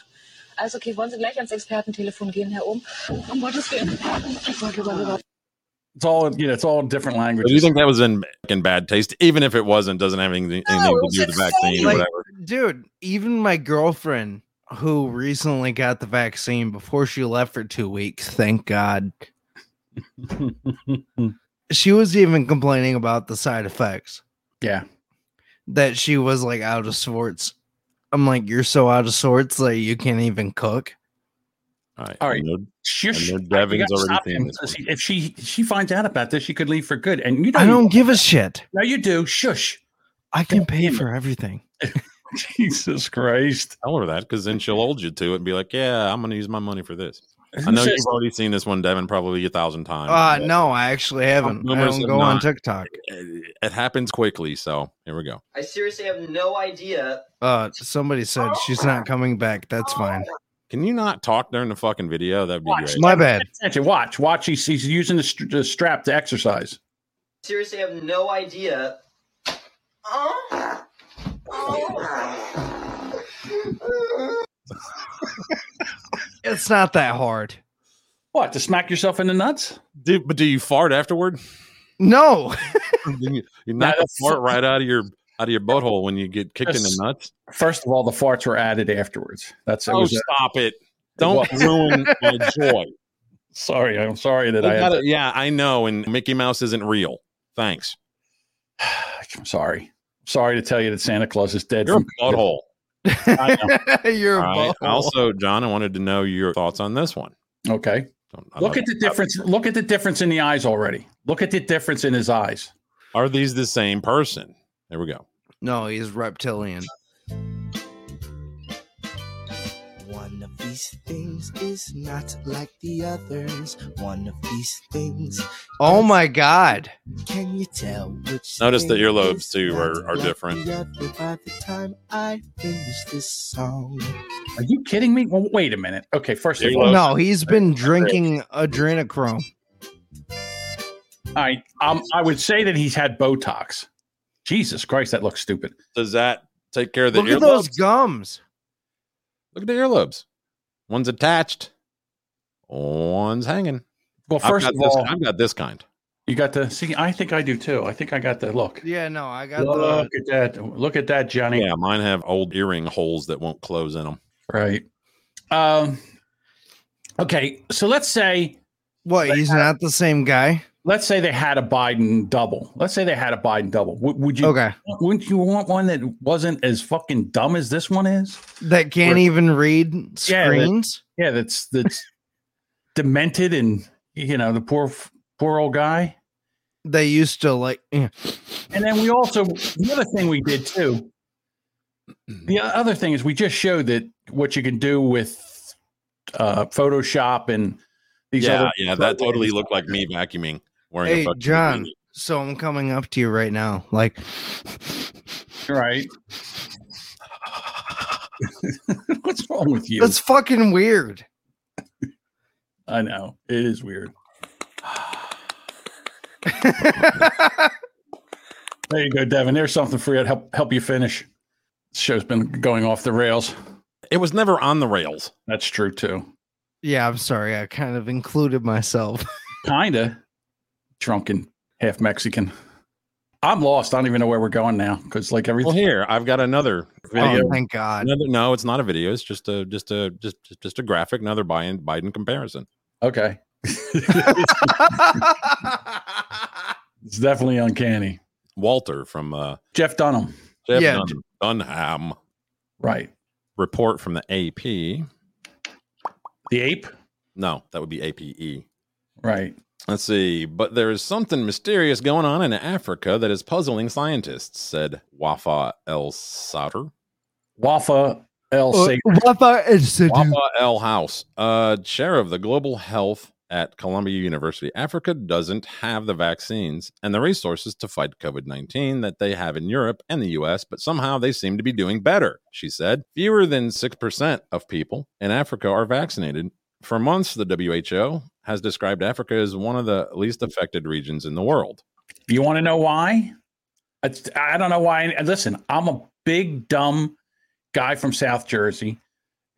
S23: Also okay, wollen Sie gleich ans Expertentelefon gehen, Herr Ohm? Um Gottes Willen. Oh Gott, oh Gott, oh Gott.
S3: It's all you know, it's all different
S2: but do you
S3: languages.
S2: think that was in in bad taste even if it wasn't doesn't have anything, anything to do with the vaccine or
S18: Like,
S2: whatever
S18: dude, even my girlfriend who recently got the vaccine before she left for two weeks, thank God. she was even complaining about the side effects
S3: yeah.
S18: that she was like out of sorts. I'm like, you're so out of sorts that you can't even cook.
S2: all right
S3: All right.
S2: I know-
S3: Shush.
S2: I know Devin's
S3: We gotta
S2: already
S3: stop
S2: seen
S3: him,
S2: this
S3: 'cause
S2: one.
S3: he- If she she finds out about this, she could leave for good. And you don't,
S18: I don't give a shit.
S3: No, you do. Shush.
S18: I can pay for everything.
S3: Jesus Christ.
S2: Tell her that because then she'll hold you to it and be like, yeah, I'm going to use my money for this. I know you've already seen this one, Devin, probably a thousand times.
S18: Uh, no, I actually haven't. I
S2: Numerous
S18: don't
S2: if
S18: go on
S2: not.
S18: TikTok.
S2: It, it happens quickly. So here we go.
S4: I seriously have no idea.
S18: Uh, somebody said she's not coming back. That's fine.
S2: Can you not talk during the fucking video? That'd be great.
S18: My bad.
S3: Attention, watch, watch. He's, he's using the, str the strap to exercise.
S4: Seriously have no idea. Oh. Oh.
S18: It's not that hard.
S3: What to smack yourself in the nuts?
S2: Do, but do you fart afterward?
S18: No.
S2: you you knock the
S3: that's-
S2: fart right out of your out of your butthole when you get kicked in the
S3: That's-
S2: nuts.
S3: First of all, the farts were added afterwards. That's it
S2: Oh,
S3: was a-
S2: stop it! Don't
S3: was.
S2: ruin my joy.
S3: Sorry, I'm sorry that
S2: They
S3: I. had
S2: gotta-
S3: to-
S2: yeah, I know. And Mickey Mouse isn't real. Thanks.
S3: I'm sorry. Sorry to tell you that Santa Claus is dead.
S2: You're a
S3: from-
S2: butthole.
S18: You're
S2: All
S18: a
S2: right.
S18: butthole.
S2: Also, John, I wanted to know your thoughts on this one.
S3: Okay. Look at the difference. Look at the difference in the eyes already. Look at the difference in his eyes.
S2: Are these the same person? There we go.
S18: No, he's reptilian.
S5: One of these things is not like the others. One of these things,
S18: Oh my god.
S5: can you tell which?
S2: Notice the
S5: thing
S2: earlobes
S5: is
S2: too are,
S5: not
S2: are
S5: like
S2: different.
S5: the other by the time I finish this song.
S3: Are you kidding me? Well, wait a minute. Okay, first of all,
S18: No, he's been drinking adrenochrome.
S3: I um, I would say that he's had Botox. Jesus Christ, that looks stupid.
S2: Does that take care of the
S18: Look
S2: earlobes?
S18: at those gums.
S2: Look at the earlobes. One's attached. One's hanging.
S3: Well,
S2: I've
S3: first
S2: got
S3: of
S2: this-
S3: all,
S2: I've got this kind.
S3: you got the see. I think I do too. I think I got the look.
S18: Yeah, no, I got
S3: Look
S18: the
S3: at that! Look at that, Johnny.
S2: Yeah, mine have old earring holes that won't close in them.
S3: Right. Um. Okay, so let's say
S18: what? He's not the same guy.
S3: let's say they had a Biden double. Let's say they had a Biden double. Would would you?
S18: Okay.
S3: Wouldn't you want one that wasn't as fucking dumb as this one is?
S18: That can't even read
S3: Yeah, that-
S18: screens.
S3: Yeah, that's that's demented and you know the poor poor old guy.
S18: they used to like. yeah.
S3: And then we also the other thing we did too. The other thing is we just showed that what you can do with uh, Photoshop and these
S2: yeah,
S3: other
S2: yeah, that totally
S3: programs.
S2: looked like me vacuuming wearing a
S18: Hey,
S2: fucking
S18: John.
S2: beanie.
S18: So I'm coming up to you right now. Like,
S3: right. What's wrong with you?
S18: that's fucking weird.
S3: I know it is weird. There you go, Devin. There's something for you to help help you finish. This show's been going off the rails.
S2: It was never on the rails.
S3: That's true too.
S18: yeah, I'm sorry. I kind of included myself.
S3: Kinda drunken, half Mexican. I'm lost. I don't even know where we're going now because like everything.
S2: Well, here I've got another
S18: Oh,
S2: video.
S18: thank God.
S2: Another- no, it's not a video. It's just a just a just just- just a graphic. Another Biden Biden comparison.
S3: Okay. it's definitely uncanny.
S2: Walter from uh,
S3: Jeff Dunham.
S2: Jeff
S18: Yeah.
S2: Dun- Dunham
S3: Right.
S2: report from the AP.
S3: The ape.
S2: No, that would be APE.
S3: Right.
S2: Let's see. But there is something mysterious going on in Africa that is puzzling scientists," said Wafa El Sadr.
S3: Wafa El
S18: Uh,
S3: Safe.
S18: Wafa and Sidhu.
S2: Papa L. House, uh, chair of the global health at Columbia University. Africa doesn't have the vaccines and the resources to fight COVID 19 that they have in Europe and the US, but somehow they seem to be doing better, she said. Fewer than 6% of people in Africa are vaccinated. For months, the WHO has described Africa as one of the least affected regions in the world.
S3: You want to know why? It's- I don't know why. And Listen, I'm a big dumb guy from South Jersey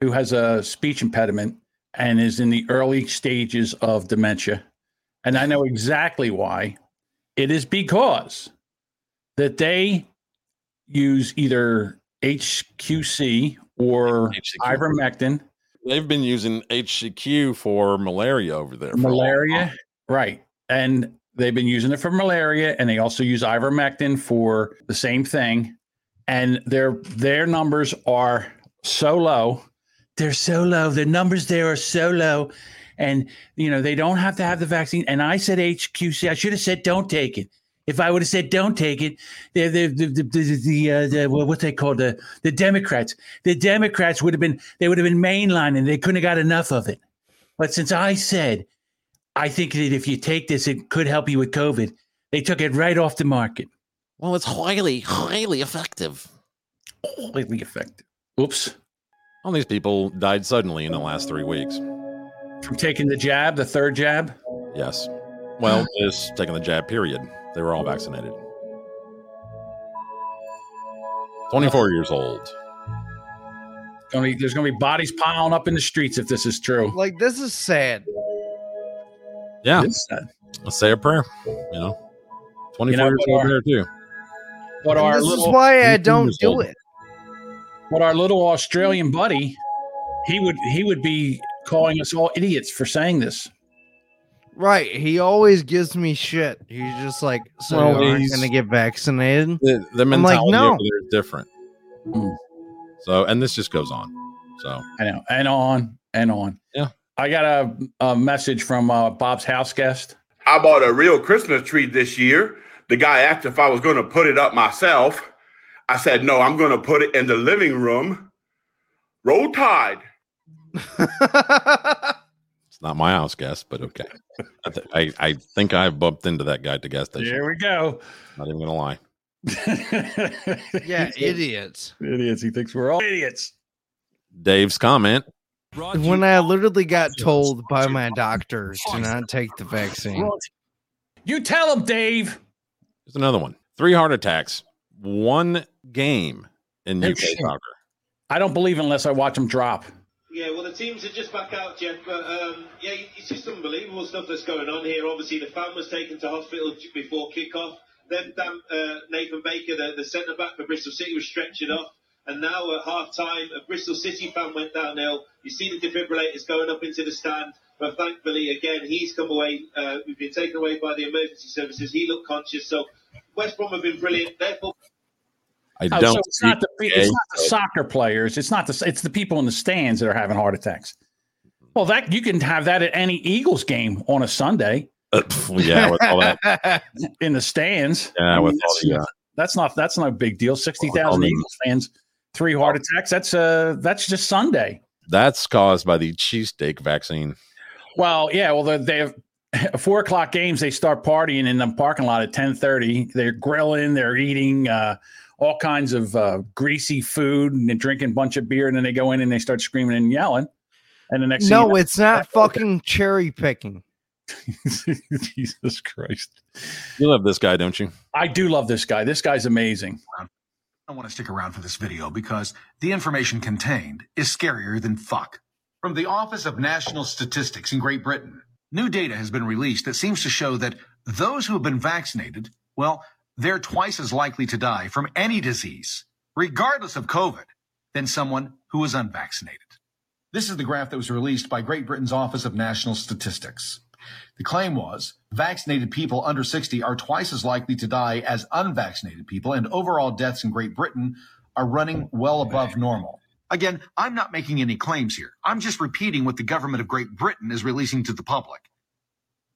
S3: who has a speech impediment and is in the early stages of dementia. And I know exactly why. It is because that they use either HQC or
S2: HCQ.
S3: ivermectin,
S2: They've been using HCQ for malaria over there. for a long
S3: malaria,
S2: time.
S3: right? And they've been using it for malaria, and they also use ivermectin for the same thing. And their their numbers are so low. They're so low. Their numbers there are so low, and you know they don't have to have the vaccine. And I said HQC. I should have said don't take it. If I would have said don't take it, the the the the, the, the, uh, the well, what they call the the Democrats, the Democrats would have been they would have been mainlining. They couldn't have got enough of it. But since I said, I think that if you take this, it could help you with COVID. They took it right off the market.
S7: Well, it's highly, highly effective.
S3: Highly effective. Oops.
S2: All these people died suddenly in the last three weeks.
S3: From taking the jab, the third jab?
S2: Yes. Well, just taking the jab, period. They were all vaccinated. 24 years old.
S3: Gonna be- there's going to be bodies piling up in the streets if this is true.
S18: Like this is sad.
S2: Yeah.
S3: It's sad.
S2: Let's say a prayer, you know. 24
S3: You know,
S2: years
S3: but
S2: old
S3: our-
S2: there, too.
S3: But
S18: And
S3: our
S18: this
S3: little,
S18: is why I
S2: 18
S18: don't
S2: years
S18: do
S2: old.
S18: it.
S3: but our little Australian buddy, he would he would be calling us all idiots for saying this.
S18: Right. He always gives me shit. He's just like, so
S2: Well,
S18: you aren't
S2: he's-
S18: gonna get vaccinated.
S2: The, the
S18: I'm like,
S2: mentality
S18: no.
S2: over there is different. So, and this just goes on. So,
S3: I know, and on and on.
S2: Yeah.
S3: I got a, a message from uh, Bob's house guest.
S10: I bought a real Christmas tree this year. The guy asked if I was going to put it up myself. I said, no, I'm going to put it in the living room. Roll Tide.
S2: it's not my house guest, but okay. I, th- I, I think I bumped into that guy at the gas station.
S3: Here we go.
S2: Not even going to lie.
S18: Yeah, idiots.
S3: Idiots. He thinks we're all idiots.
S2: Dave's comment
S18: When I literally got told by my doctor to not take the vaccine.
S3: You tell him, Dave.
S2: There's another one. Three heart attacks, one game in
S3: Oh,
S2: UK
S3: shit.
S2: soccer.
S3: I don't believe unless I watch him drop.
S11: Yeah, well, the teams are just back out, Jeff. But um, yeah, it's just unbelievable stuff that's going on here. Obviously, the fan was taken to hospital j- before kick-off. Then Dan, uh, Nathan Baker, the, the centre back for Bristol City, was stretching off. And now at half time, a Bristol City fan went downhill. You see the defibrillators going up into the stand. But thankfully, again, he's come away. Uh, we've been taken away by the emergency services. He looked conscious. So West Brom have been brilliant. Therefore,
S2: I
S3: Oh,
S2: don't.
S3: so it's not the
S2: speak
S3: it's
S2: gay.
S3: not the soccer players. It's not the it's the people in the stands that are having heart attacks. Well, that you can have that at any Eagles game on a Sunday
S2: Uh, pff, yeah, with all that.
S3: in the stands.
S2: Yeah, with all
S3: that's,
S2: the. Uh,
S3: that's not that's no big deal. Sixty thousand
S2: mean-
S3: Eagles fans, three
S2: Oh.
S3: heart attacks. That's uh that's just Sunday.
S2: that's caused by the cheesesteak vaccine.
S3: Well, yeah. Well, they- they have four o'clock games. They start partying in the parking lot at ten thirty. They're grilling. They're eating uh, all kinds of uh, greasy food and they're drinking a bunch of beer. And then they go in and they start screaming and yelling. And the next,
S18: No,
S3: thing
S18: it's not fucking cherry picking.
S3: you know- Jesus Christ.
S2: You love this guy, don't you?
S3: I do love this guy. This guy's amazing.
S24: I want to stick around for this video because the information contained is scarier than fuck. From the Office of National Statistics in Great Britain, new data has been released that seems to show that those who have been vaccinated, well, they're twice as likely to die from any disease, regardless of COVID, than someone who was unvaccinated. This is the graph that was released by Great Britain's Office of National Statistics. The claim was vaccinated people under 60 are twice as likely to die as unvaccinated people, and overall deaths in Great Britain are running well above normal. Again, I'm not making any claims here. I'm just repeating what the government of Great Britain is releasing to the public.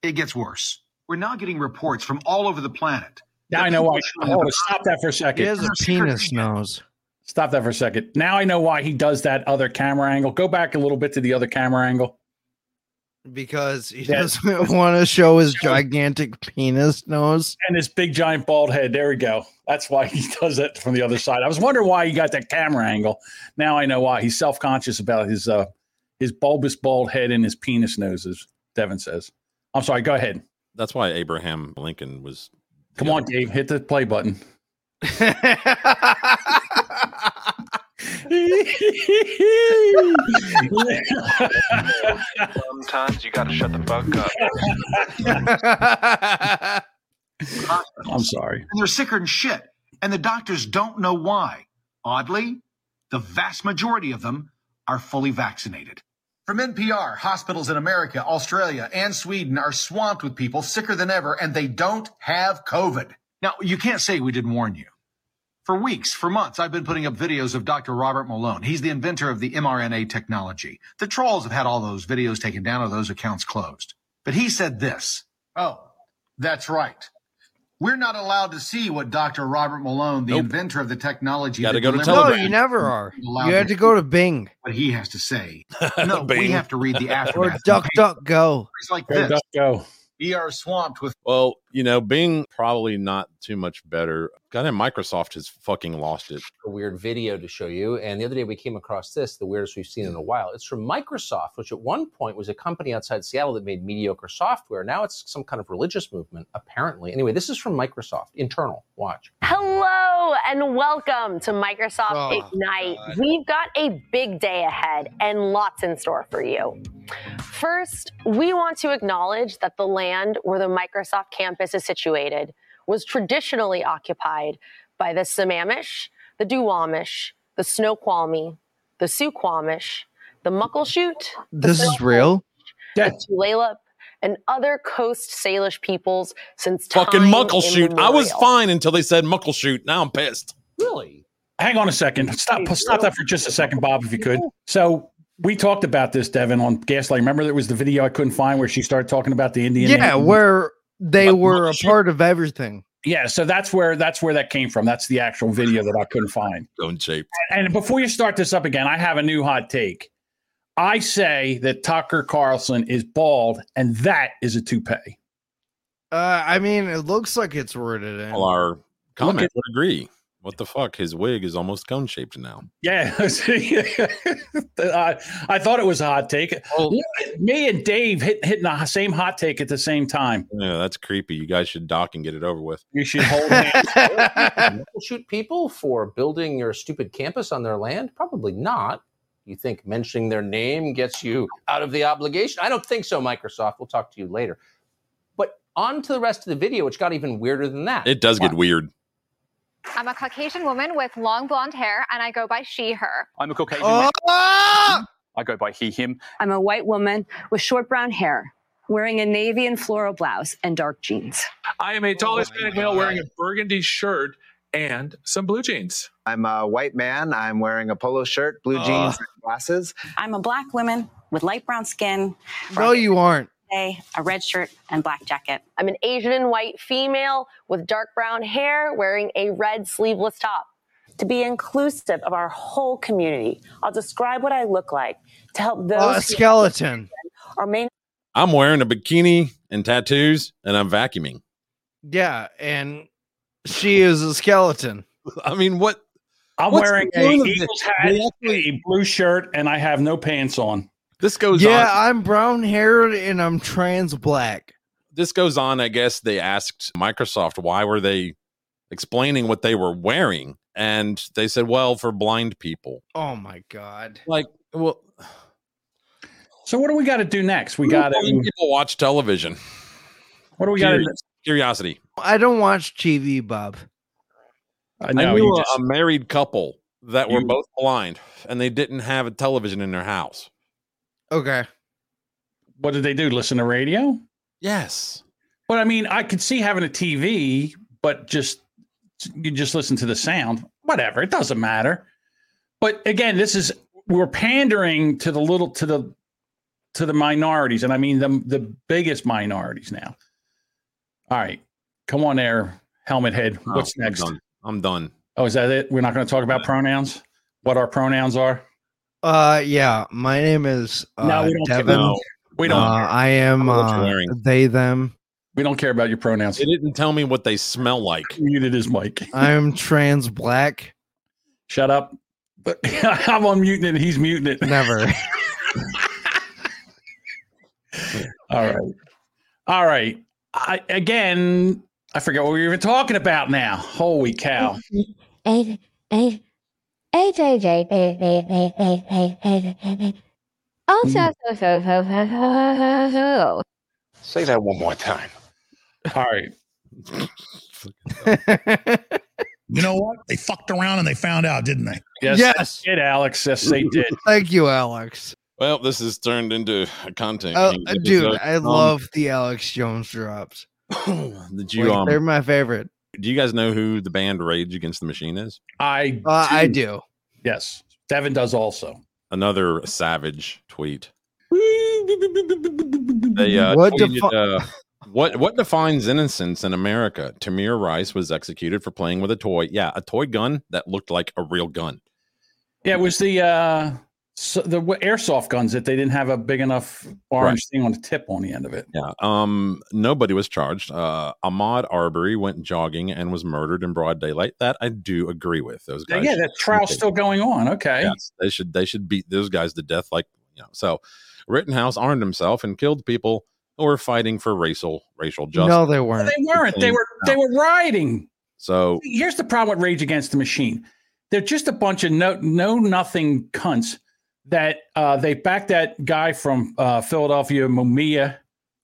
S24: It gets worse. We're now getting reports from all over the planet.
S3: Now I know why. Hold it. Stop that for a second.
S18: He has a penis nose.
S3: Stop that for a second. Now I know why he does that other camera angle. Go back a little bit to the other camera angle.
S18: Because he
S3: Yeah.
S18: doesn't want to show his gigantic penis nose.
S3: and his big giant bald head. There we go. That's why he does it from the other side. I was wondering why he got that camera angle. Now I know why. He's self conscious about his uh his bulbous bald head and his penis nose, as Devin says. I'm sorry. Go ahead.
S2: That's why Abraham Lincoln was.
S3: Come on, Dave. Hit the play button.
S25: Sometimes you gotta shut the fuck up.
S3: I'm sorry.
S24: and they're sicker than shit. And the doctors don't know why. Oddly, the vast majority of them are fully vaccinated. From NPR, hospitals in America, Australia, and Sweden are swamped with people sicker than ever, and they don't have COVID. Now, you can't say we didn't warn you. For weeks, for months, I've been putting up videos of Dr. Robert Malone. He's the inventor of the mRNA technology. The trolls have had all those videos taken down or those accounts closed. But he said this. Oh, that's right. We're not allowed to see what Dr. Robert Malone, the inventor of the technology,
S2: Gotta
S24: that
S2: go to
S18: No,
S24: delivered-
S18: you never are.
S24: Allowed
S18: You had to go to Bing.
S24: What he has to say. No, we
S2: Bing.
S24: have to read the
S18: Or
S24: aftermath.
S18: Duck Duck Go.
S24: Stories like
S2: Go,
S24: this.
S2: duck, go.
S24: We are swamped with
S2: Well, you know, Bing probably not too much better. God damn, Microsoft has fucking lost it.
S6: a weird video to show you. And the other day we came across this, the weirdest we've seen in a while. It's from Microsoft, which at one point was a company outside Seattle that made mediocre software. Now it's some kind of religious movement, apparently. Anyway, this is from Microsoft, internal. Watch.
S8: Hello and welcome to Microsoft Ignite. We've got a big day ahead and lots in store for you. First, we want to acknowledge that the land where the Microsoft campus is situated was traditionally occupied by the Sammamish, the Duwamish, the Snoqualmie, the Suquamish, the Muckleshoot,
S18: This is real.
S8: the Tulalip, and other Coast Salish peoples since
S2: Fucking
S8: time
S2: Muckleshoot. I was
S8: immemorial.
S2: fine until they said Muckleshoot. Now I'm pissed.
S6: Really?
S3: Hang on a second. Stop stop that for just a second, Bob, if you could. So we talked about this, Devin, on Gaslight. Remember there was the video I couldn't find where she started talking about the Indian.
S18: Yeah,
S3: name?
S18: where they were a part of everything.
S3: yeah, so that's where that's where that came from. That's the actual video that I couldn't find.
S2: Don't shape.
S3: And before you start this up again, I have a new hot take. I say that Tucker Carlson is bald, and that is a toupee.
S18: Uh, I mean, it looks like it's rooted in.
S2: All our comments would agree. What the fuck? His wig is almost cone shaped now.
S3: Yeah, see, I, I thought it was a hot take. Look at me and Dave hit, hitting the same hot take at the same time.
S2: Yeah, that's creepy. You guys should dock and get it over with.
S3: You should hold hands.
S6: Shoot people for building your stupid campus on their land? Probably not. You think mentioning their name gets you out of the obligation? I don't think so, Microsoft. We'll talk to you later. But on to the rest of the video, which got even weirder than that.
S2: It does get weird.
S12: I'm a Caucasian woman with long blonde hair, and I go by she, her.
S15: I'm a Caucasian.
S18: Oh.
S15: I go by he, him.
S17: I'm a white woman with short brown hair, wearing a navy and floral blouse and dark jeans.
S26: I am a tall Hispanic male wearing a burgundy shirt and some blue jeans.
S27: I'm a white man. I'm wearing a polo shirt,
S3: uh,
S27: blue jeans, and glasses.
S28: I'm a black woman with light brown skin.
S18: No, you aren't.
S28: A a red shirt and black jacket.
S8: I'm an Asian and white female with dark brown hair wearing a red sleeveless top.
S29: to be inclusive of our whole community. I'll describe what I look like to help those
S18: Uh, a skeleton.
S29: who are mainly
S2: I'm wearing a bikini and tattoos and I'm vacuuming.
S18: Yeah, and she is a skeleton.
S2: I mean, what?
S3: I'm
S18: What's
S3: wearing
S18: the
S3: a
S18: point of
S3: Eagles
S18: this?
S3: hat, a blue shirt, and I have no pants on.
S2: This goes
S18: yeah,
S2: on.
S18: I'm brown haired and I'm trans black.
S2: This goes on. I guess they asked Microsoft why were they explaining what they were wearing, and they said, "Well, for blind people."
S18: Oh my god.
S2: Like, well,
S3: So what do we got to do next? We got
S2: Blind
S3: to.
S2: people watch television.
S3: What do we got?
S2: Curi- Curiosity.
S18: I don't watch TV, Bob.
S2: I,
S3: know,
S2: knew uh, um,
S3: you
S2: a,
S3: just-
S2: a married couple that were
S3: You-
S2: both blind, and they didn't have a television in their house.
S18: Okay.
S3: What did they do? Listen to radio?
S2: Yes.
S3: But I mean, I could see having a TV, but just you just listen to the sound. Whatever, it doesn't matter. But again, this is we're pandering to the little to the to the minorities, and I mean the the biggest minorities now. All right, come on there, helmet head.
S2: Oh,
S3: What's
S2: I'm
S3: next?
S2: done. I'm done.
S3: Oh, is that it? We're not going to talk about pronouns. What our pronouns are?
S18: Uh, yeah. My name is uh,
S3: No, we don't care.
S18: Devin.
S3: No, we don't
S18: Uh,
S3: care.
S18: I am
S2: I don't know what you're
S18: uh,
S2: wearing.
S18: they them.
S3: We don't care about your pronouns.
S2: They didn't tell me what they smell like.
S3: Muted his mic.
S18: I'm trans black.
S3: Shut up. But I'm unmuting it. He's muting it.
S18: Never.
S3: All right. All right. I again, I forget what we were even talking about now. Holy cow.
S30: H H H H H H H H H H H H. Oh, so so so so so so so.
S3: Say that one more time. All right.
S19: You know what? They fucked around and they found out, didn't they?
S3: Yes.
S18: Yes.
S3: They did, Alex. Yes, they did.
S18: Thank you, Alex.
S2: Well, this has turned into a content.
S18: Oh,
S2: king
S18: uh,
S2: episode.
S18: dude, I
S2: Um,
S18: love the Alex Jones drops.
S2: Did you
S18: Like,
S2: um?
S18: they're my favorite.
S2: Do you guys know who the band Rage Against the Machine is?
S3: I
S18: Uh, I do.
S3: Yes. Devin does also.
S2: Another savage tweet. They uh,
S18: What the
S2: tweeted,
S18: fu-
S2: uh, What what defines innocence in America? Tamir Rice was executed for playing with a toy. Yeah, a toy gun that looked like a real gun.
S3: Yeah, it was the uh, so the w- airsoft guns that they didn't have a big enough orange thing on the tip on the end of it.
S2: Yeah. Um. Nobody was charged. Uh. Ahmad Arbery went jogging and was murdered in broad daylight. That I do agree with. Those
S3: Yeah,
S2: guys.
S3: yeah,
S2: should
S3: that
S2: be
S3: trial's
S2: taken.
S3: still going on. Okay.
S2: Yes, they should they should beat those guys to death. Like you know. So Rittenhouse armed himself and killed people who were fighting for racial racial justice.
S18: No, they weren't.
S3: They weren't. They were they were rioting.
S2: So
S3: here's the problem with Rage Against the Machine. They're just a bunch of no no nothing cunts that uh, they backed that guy from uh, Philadelphia, Mumia,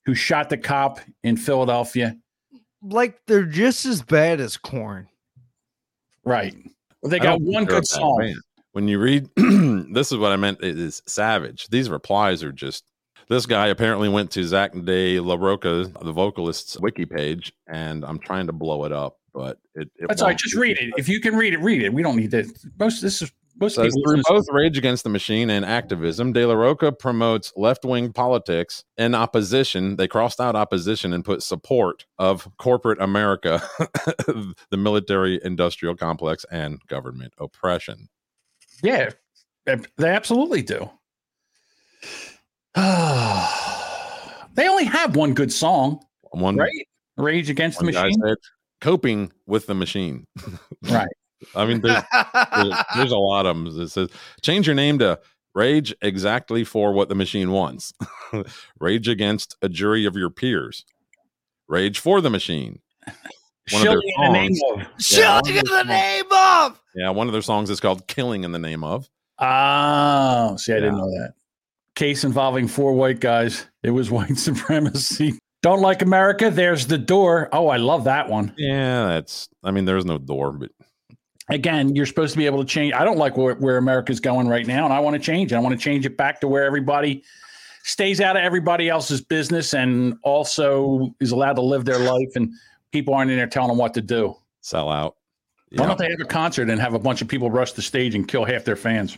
S3: who shot the cop in Philadelphia.
S18: Like they're just as bad as corn.
S3: Right. They
S2: I
S3: got
S2: don't think
S3: one
S2: they're a bad
S3: good song.
S2: band. When you read, this is what I meant. It is savage. These replies are just. This guy apparently went to Zach De La Roca, the vocalist's wiki page, and I'm trying to blow it up, but it. it
S3: That's all right.
S2: won't.
S3: Just read it. If you can read it, read it. We don't need to. Most this is most
S2: Says,
S3: people
S2: through
S3: listen to-
S2: both Rage Against the Machine and activism, De La Roca promotes left wing politics and opposition. They crossed out opposition and put support of corporate America, the military industrial complex, and government oppression.
S3: Yeah, ab- they absolutely do. they only have one good song,
S2: One,
S3: right? Rage Against the
S2: one guy
S3: Machine.
S2: said, coping with the machine.
S3: right.
S2: I mean, there's, there's, there's a lot of them that says change your name to Rage exactly for what the machine wants. Rage against a jury of your peers. Rage for the machine.
S3: Shilling in the name of.
S2: Yeah,
S18: Shilling in the name of.
S2: yeah, one of their songs is called "Killing in the Name of."
S3: Oh, see, I didn't know that. Case involving four white guys. It was white supremacy. Don't like America. There's the door. Oh, I love that one.
S2: Yeah, that's. I mean, there's no door, but
S3: Again, you're supposed to be able to change. I don't like where, where America's going right now, and I want to change. it. I want to change it back to where everybody stays out of everybody else's business and also is allowed to live their life, and people aren't in there telling them what to do.
S2: sell out.
S3: Why don't they have a concert and have a bunch of people rush the stage and kill half their fans?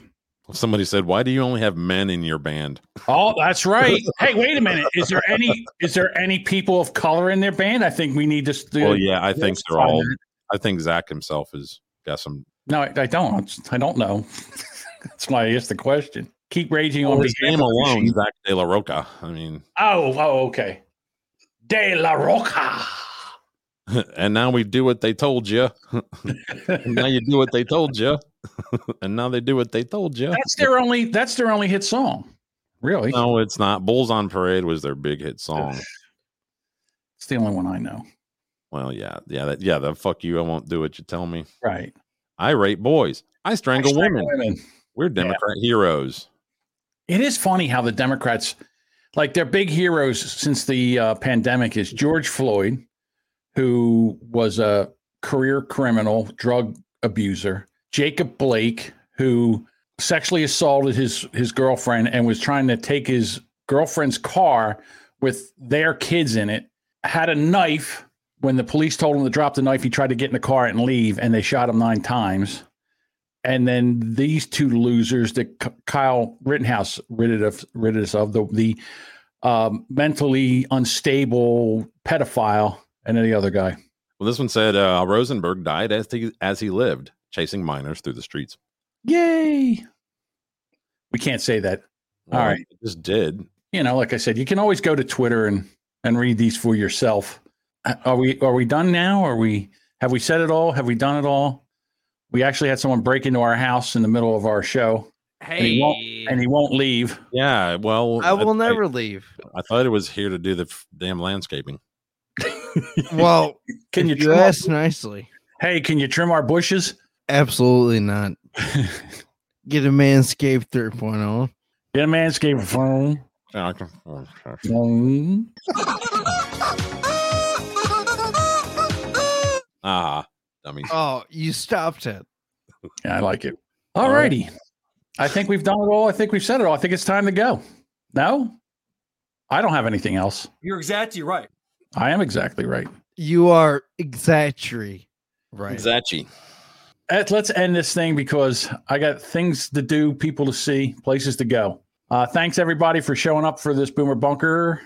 S2: Somebody said, "Why do you only have men in your band?"
S3: Oh, that's right. hey, wait a minute. Is there any is there any people of color in their band? I think we need to. st-
S2: well, yeah, I think they're all.
S3: that.
S2: I think Zach himself has got some.
S3: No, I, I don't. I don't know. that's why I asked the question. Keep raging on
S2: his
S3: behalf
S2: name
S3: of the
S2: alone,
S3: machine.
S2: Zach De La Roca. I mean,
S3: Oh, oh, okay. De La Roca.
S2: and now we do what they told you. now you do what they told you, and now they do what they told you.
S3: That's their only. That's their only hit song. Really?
S2: No, it's not. Bulls on Parade was their big hit song.
S3: It's the only one I know.
S2: Well, yeah, yeah, that, yeah. The fuck you, I won't do what you tell me.
S3: Right.
S2: I rape boys. I strangle, women. We're Democrat heroes.
S3: It is funny how the Democrats, like their big heroes since the uh, pandemic, is George Floyd, who was a career criminal, drug abuser, Jacob Blake, who sexually assaulted his his girlfriend and was trying to take his girlfriend's car with their kids in it, had a knife. When the police told him to drop the knife, he tried to get in the car and leave, and they shot him nine times and then these two losers that K- Kyle Rittenhouse rid of rid us of the the um, mentally unstable pedophile and then the other guy.
S2: Well, this one said uh, Rosenberg died as he as he lived, chasing minors through the streets.
S3: Yay! We can't say that. All
S2: Well,
S3: right,
S2: it just did.
S3: you know, like I said, you can always go to Twitter and and read these for yourself. Uh, Are we are we done now? Are we have we said it all? Have we done it all? We actually had someone break into our house in the middle of our show. and he won't, and he won't leave.
S2: Yeah. Well,
S18: I will never leave.
S2: I thought it was here to do the f- damn landscaping.
S18: Well,
S3: Can you
S18: if you
S3: trim our-
S18: ask nicely?
S3: Hey, can you trim our bushes?
S18: Absolutely not. Get a manscaped oh. 3.0.
S3: Get a manscaped phone. phone.
S2: Ah, dummy.
S18: Oh, you stopped it.
S3: Yeah, I like it. All righty. I think we've done it all. I think we've said it all. I think it's time to go. No? I don't have anything else.
S1: You're exactly right.
S3: I am exactly right.
S18: You are exactly right.
S2: Exactly.
S3: Ed, let's end this thing because I got things to do, people to see, places to go. Uh, thanks everybody for showing up for this Boomer Bunker.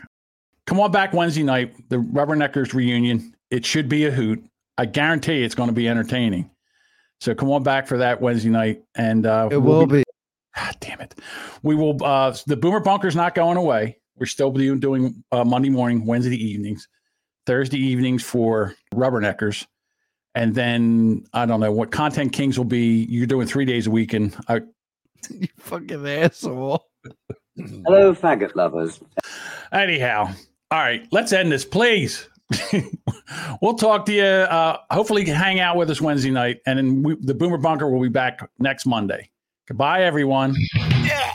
S3: Come on back Wednesday night, the Rubberneckers reunion. It should be a hoot. I guarantee you it's going to be entertaining. So come on back for that Wednesday night, and uh,
S18: It will be.
S3: God damn it. We will. Uh, the Boomer Bunker's not going away. We're still doing, doing uh, Monday morning, Wednesday evenings, Thursday evenings for Rubberneckers, and then I don't know what Content Kings will be. You're doing three days a week, and uh, I,
S18: you fucking asshole.
S1: Hello, faggot lovers.
S3: Anyhow, all right, let's end this, please. we'll talk to you. Uh, hopefully, you hang out with us Wednesday night, and then we, the Boomer Bunker will be back next Monday. Goodbye, everyone.
S4: Yeah.